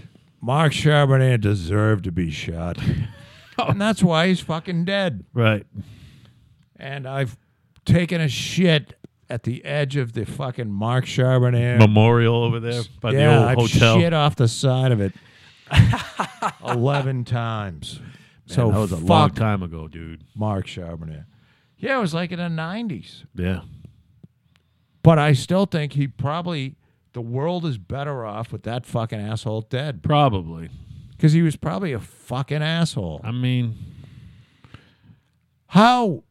Mark Charbonnet deserved to *laughs* be shot. and that's why he's fucking dead. Right. And I've taken a shit at the edge of the fucking Mark Charbonnet Memorial over there by yeah, the I've old hotel. Shit off the side *laughs* of it. Eleven times. so Man, that was a fuck long time ago, dude. Mark Charbonnet. Yeah, it was like in the nineties. Yeah. But I still think he probably the world is better off with that fucking asshole dead Probably. because he was probably a fucking asshole. I mean, How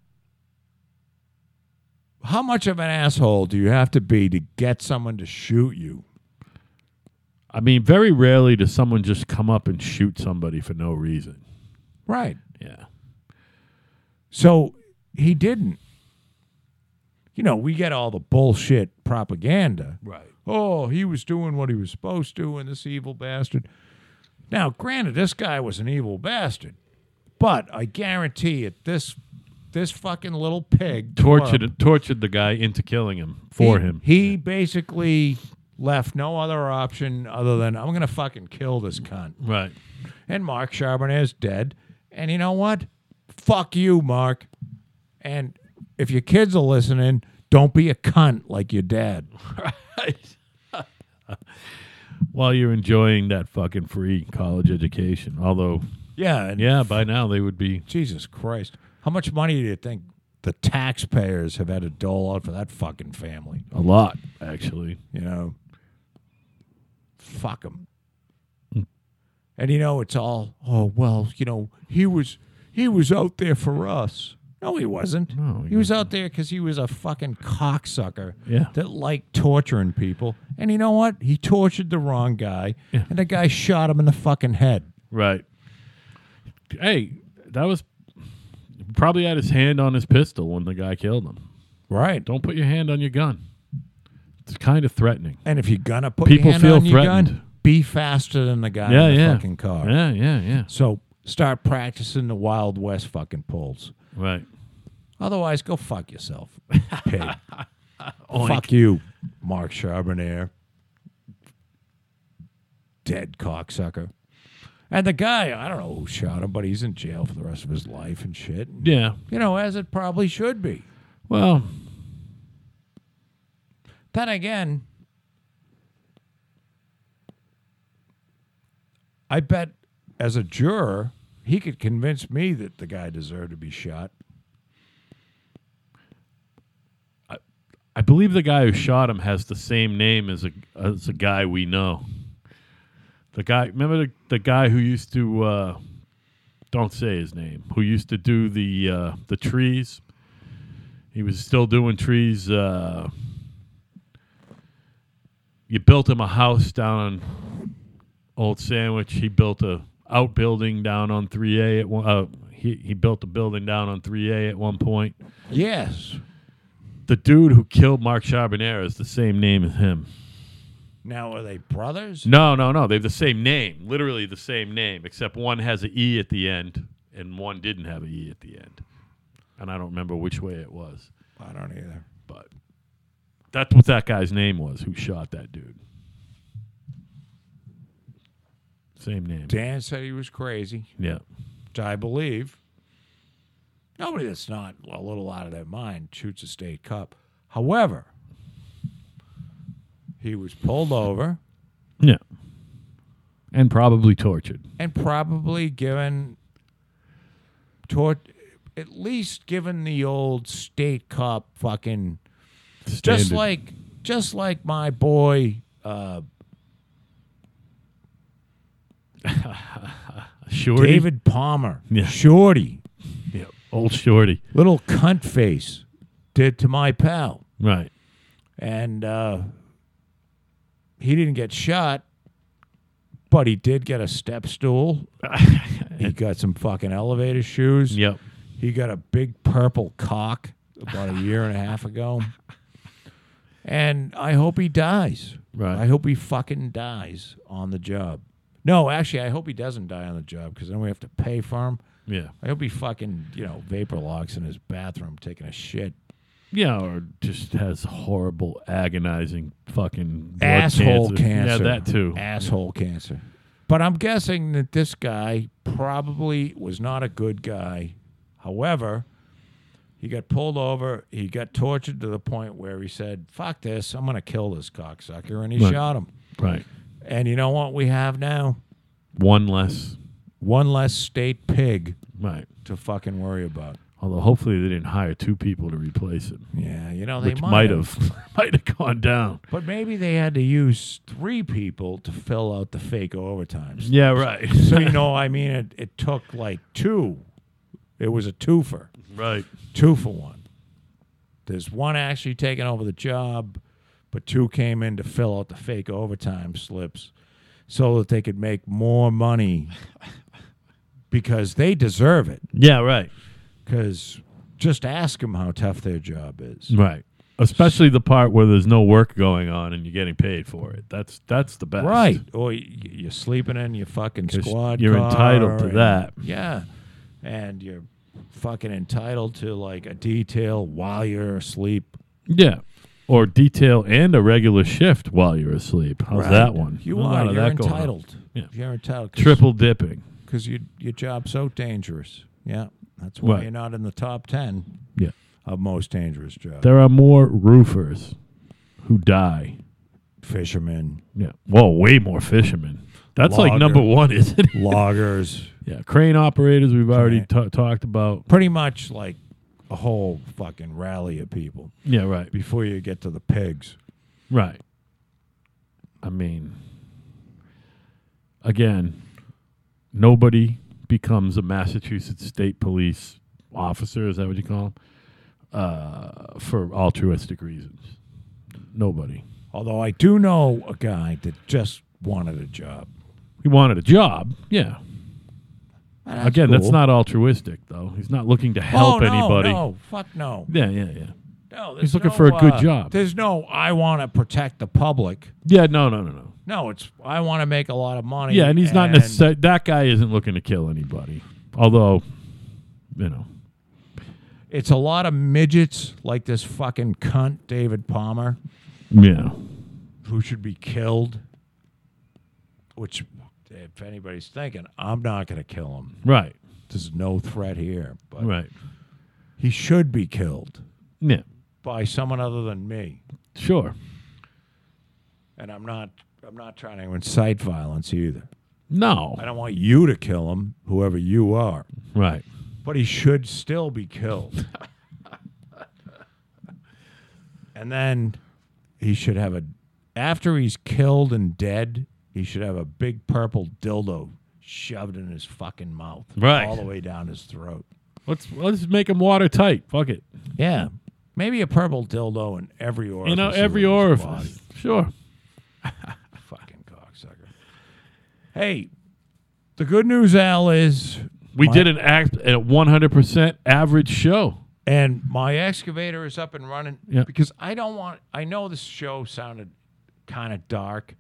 how much of an asshole do you have to be to get someone to shoot you? I mean, very rarely does someone just come up and shoot somebody for no reason. Right. Yeah. So he didn't. You know, we get all the bullshit propaganda. Right. Oh, he was doing what he was supposed to, and this evil bastard. Now, granted, this guy was an evil bastard, but I guarantee it, this this fucking little pig Tortured club, tortured the guy into killing him for he- him. He basically left no other option other than I'm gonna fucking kill this cunt. Right. *laughs* And Mark Charbonnet is dead. And you know what? Fuck you, Mark. And if your kids are listening, don't be a cunt like your dad. While you're enjoying that fucking free college education. Although, Yeah, and yeah, by now they would be Jesus Christ. How much money do you think the taxpayers have had to dole out for that fucking family? a lot, actually. You know? Fuck them. Hmm. And you know, it's all, oh, well, you know, he was he was out there for us. No, he wasn't. No, he he was out there because he was a fucking cocksucker Yeah. that liked torturing people. And you know what? He tortured the wrong guy, Yeah. and the guy shot him in the fucking head. Right. Hey, that was probably had his hand on his pistol when the guy killed him. Right. Don't put your hand on your gun. It's kind of threatening. And if you're gonna put People your hand feel on your gun, threatened. be faster than the guy yeah, in the yeah. fucking car. Yeah, yeah, yeah. So start practicing the Wild West fucking pulls. Right. Otherwise, go fuck *laughs* yourself. Pig. Oink. fuck you, Mark Charbonnier. Dead cocksucker. And the guy, I don't know who shot him, but he's in jail for the rest of his life and shit. Yeah. You know, as it probably should be. Well, Then again, I bet as a juror, he could convince me that the guy deserved to be shot. I believe the guy who shot him has the same name as a as a guy we know. The guy, remember the, the guy who used to uh, don't say his name, who used to do the uh, the trees. He was still doing trees. Uh, you built him a house down on Old Sandwich. He built a outbuilding down on 3A at one. Uh, he he built a building down on 3A at one point Yes. the dude who killed Mark Charbonnier is the same name as him. Now, are they brothers? No, no, no. They have the same name, literally the same name, except one has a E at the end and one didn't have a E at the end. And I don't remember which way it was, I don't either. but that's what that guy's name was who shot that dude. Same name. Dan said he was crazy, Yeah. which I believe. Nobody that's not a little out of their mind shoots a state cup. However, he was pulled over. Yeah. And probably tortured. and probably given tort at least given the old state cop fucking just Standard. like just like my boy uh, Shorty. David Palmer Yeah. shorty Yeah. Old Shorty. little cunt face did to my pal *laughs* Right. and uh, he didn't get shot but he did get a step stool he got some fucking elevator shoes Yep. He got a big purple cock about a year and a half ago. And I hope he dies. Right. I hope he fucking dies on the job. No, actually, I hope he doesn't die on the job because then we have to pay for him Yeah. I hope he fucking, you know, vapor locks in his bathroom taking a shit. Yeah, or just has horrible, agonizing fucking blood Asshole cancer. Yeah, that too. Asshole cancer. But I'm guessing that this guy probably was not a good guy. However, he got pulled over. He got tortured to the point where he said, fuck this, I'm going to kill this cocksucker. And he Right. shot him. Right. And you know what we have now? One less. One less state pig Right. to fucking worry about. Although hopefully they didn't hire two people to replace it, Yeah, you know, they which might have *laughs* might have gone down. But maybe they had to use three people to fill out the fake overtimes. Yeah, right. *laughs* So you know, I mean, it, it took like two. It was a twofer, right. two for one. There's one actually taking over the job, but two came in to fill out the fake overtime slips, so that they could make more money because they deserve it. Yeah, right. Because just ask them how tough their job is. Right. Especially the part where there's no work going on and you're getting paid for it. That's that's the best. Right. Or oh, y- you're sleeping in your fucking 'Cause squad. you're car entitled to and- that. Yeah. And you're fucking entitled to like a detail while you're asleep. Yeah. Or detail and a regular shift while you're asleep. How's Right. that one? You A are. lot You're of that going on. entitled. Yeah. You're entitled. Triple dipping. Because your, your job's so dangerous. Yeah. That's why Right. you're not in the top 10 Yeah. of most dangerous jobs. There are more roofers who die. Fishermen, Yeah. Whoa, way more fishermen. That's like Logger. number one, *laughs* isn't it? loggers, Yeah. Crane operators, we've already Right. ta talked about. pretty much like a whole fucking rally of people Yeah, right. before you get to the pigs. Right. I mean, again, nobody becomes a Massachusetts State Police officer. Is that what you call them? Uh, for altruistic reasons. Nobody. Although I do know a guy that just wanted a job. He wanted a job. Yeah. Again, that's cool. not altruistic, though. He's not looking to help oh, anybody. No, no, fuck no. Yeah, yeah, yeah. no there's He's looking no, for a good uh, job. There's no, I want to protect the public. Yeah, no, no, no, no. No, it's, I want to make a lot of money. Yeah, and he's not necessarily. That guy isn't looking to kill anybody. Although, you know, It's a lot of midgets like this fucking cunt, David Palmer, yeah. who should be killed. Which, if anybody's thinking, I'm not going to kill him. Right, There's no threat here. But right. he should be killed Yeah, by someone other than me. sure. and I'm not I'm not trying to incite violence either. No. I don't want you to kill him, whoever you are. Right. But he should still be killed. *laughs* and then he should have a after he's killed and dead, he should have a big purple dildo shoved in his fucking mouth. Right. All the way down his throat. Let's let's make him watertight. Fuck it. Yeah. Maybe a purple dildo in every orifice. You know, of every his body. orifice. Sure. Fucking cocksucker. Hey, the good news, Al, is We My- did an act at 100% average show. and my excavator is up and running Yeah. because I don't want. I know this show sounded kind of dark,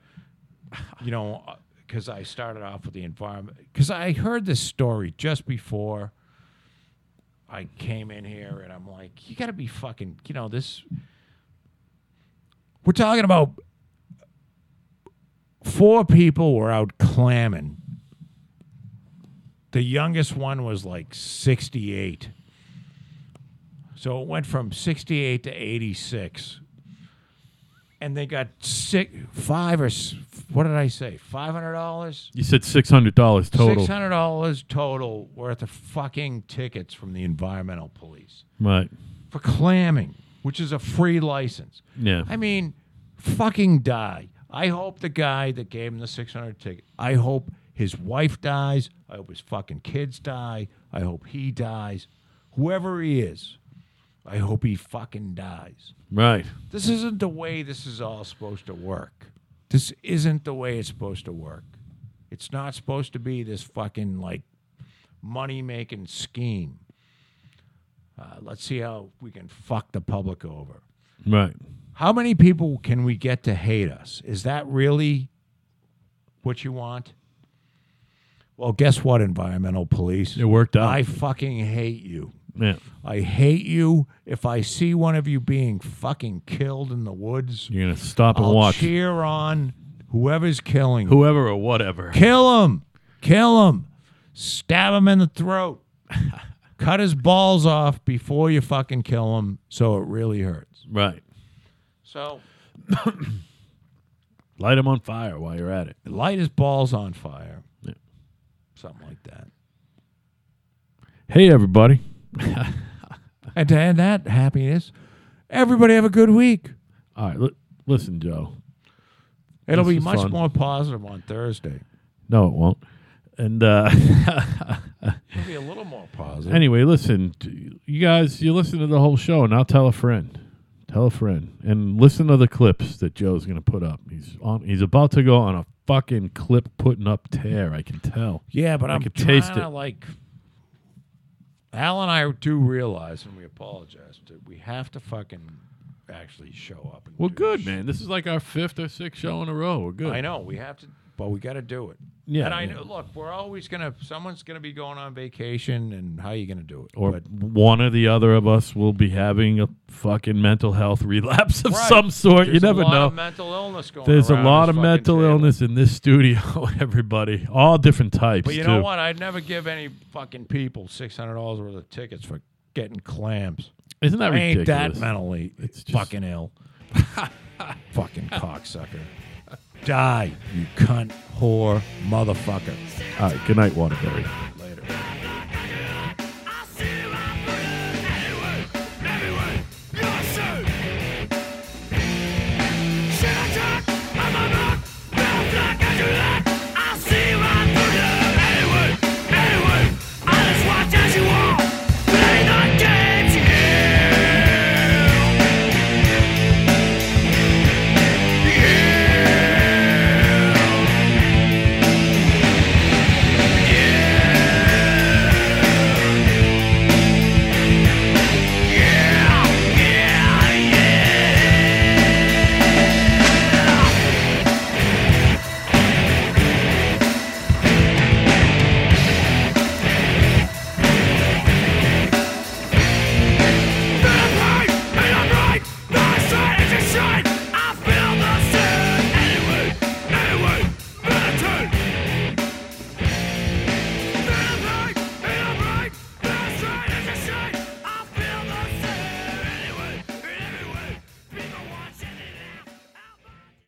you know, because I started off with the environment. Because I heard this story just before I came in here, and I'm like, you got to be fucking, you know, this. We're talking about four people were out clamming. The youngest one was like 68. So it went from 68 to 86. And they got six, five or, s- what did I say? $500? You said $600 total. $600 total worth of fucking tickets from the environmental police Right. for clamming, which is a free license. Yeah. I mean, fucking die. I hope the guy that gave him the 600 ticket, I hope his wife dies. I hope his fucking kids die. I hope he dies. Whoever he is, I hope he fucking dies. Right. This isn't the way this is all supposed to work. This isn't the way it's supposed to work. It's not supposed to be this fucking like money making scheme. Uh, let's see how we can fuck the public over. Right. How many people can we get to hate us? Is that really what you want? Well, guess what, environmental police? It worked out. I fucking hate you. yeah. I hate you. If I see one of you being fucking killed in the woods, You're gonna stop and I'll watch cheer on whoever's killing. you. whoever or whatever. Kill him. Kill him. Stab him in the throat. *laughs* Cut his balls off before you fucking kill him so it really hurts. Right. So Light them on fire while you're at it. light his balls on fire. Yeah. Something like that. Hey everybody. And to end that happiness, everybody have a good week. All right. Li- listen, Joe. It'll This be was much fun. more positive on Thursday. No, it won't. And uh, *laughs* It'll be a little more positive. anyway, listen, t- you guys, you listen to the whole show, and I'll tell a friend. Tell a friend, and listen to the clips that Joe's gonna put up. He's on. He's about to go on a fucking clip putting up tear. I can tell. Yeah, but I I'm could trying taste to it. like. Al and I do realize, and we apologize that we have to fucking actually show up. And Well, do good this man. This is like our fifth or sixth show in a row. We're good. I know we have to, but we got to do it. Yeah, and I yeah. know. Look, we're always gonna. Someone's gonna be going on vacation, and how you gonna do it? or But- one or the other of us will be having a fucking mental health *laughs* relapse of Right. some sort. you There's never a lot know. Of mental illness going. There's a around lot this of fucking mental table. illness in this *laughs* studio, everybody. All different types. But you too. know what? I'd never give any fucking people six hundred dollars worth of tickets for getting clams. Isn't that I ain't ridiculous? that mentally It's just- fucking ill. *laughs* fucking cocksucker. Die, you cunt, whore, motherfucker. All right. Good night, Waterbury.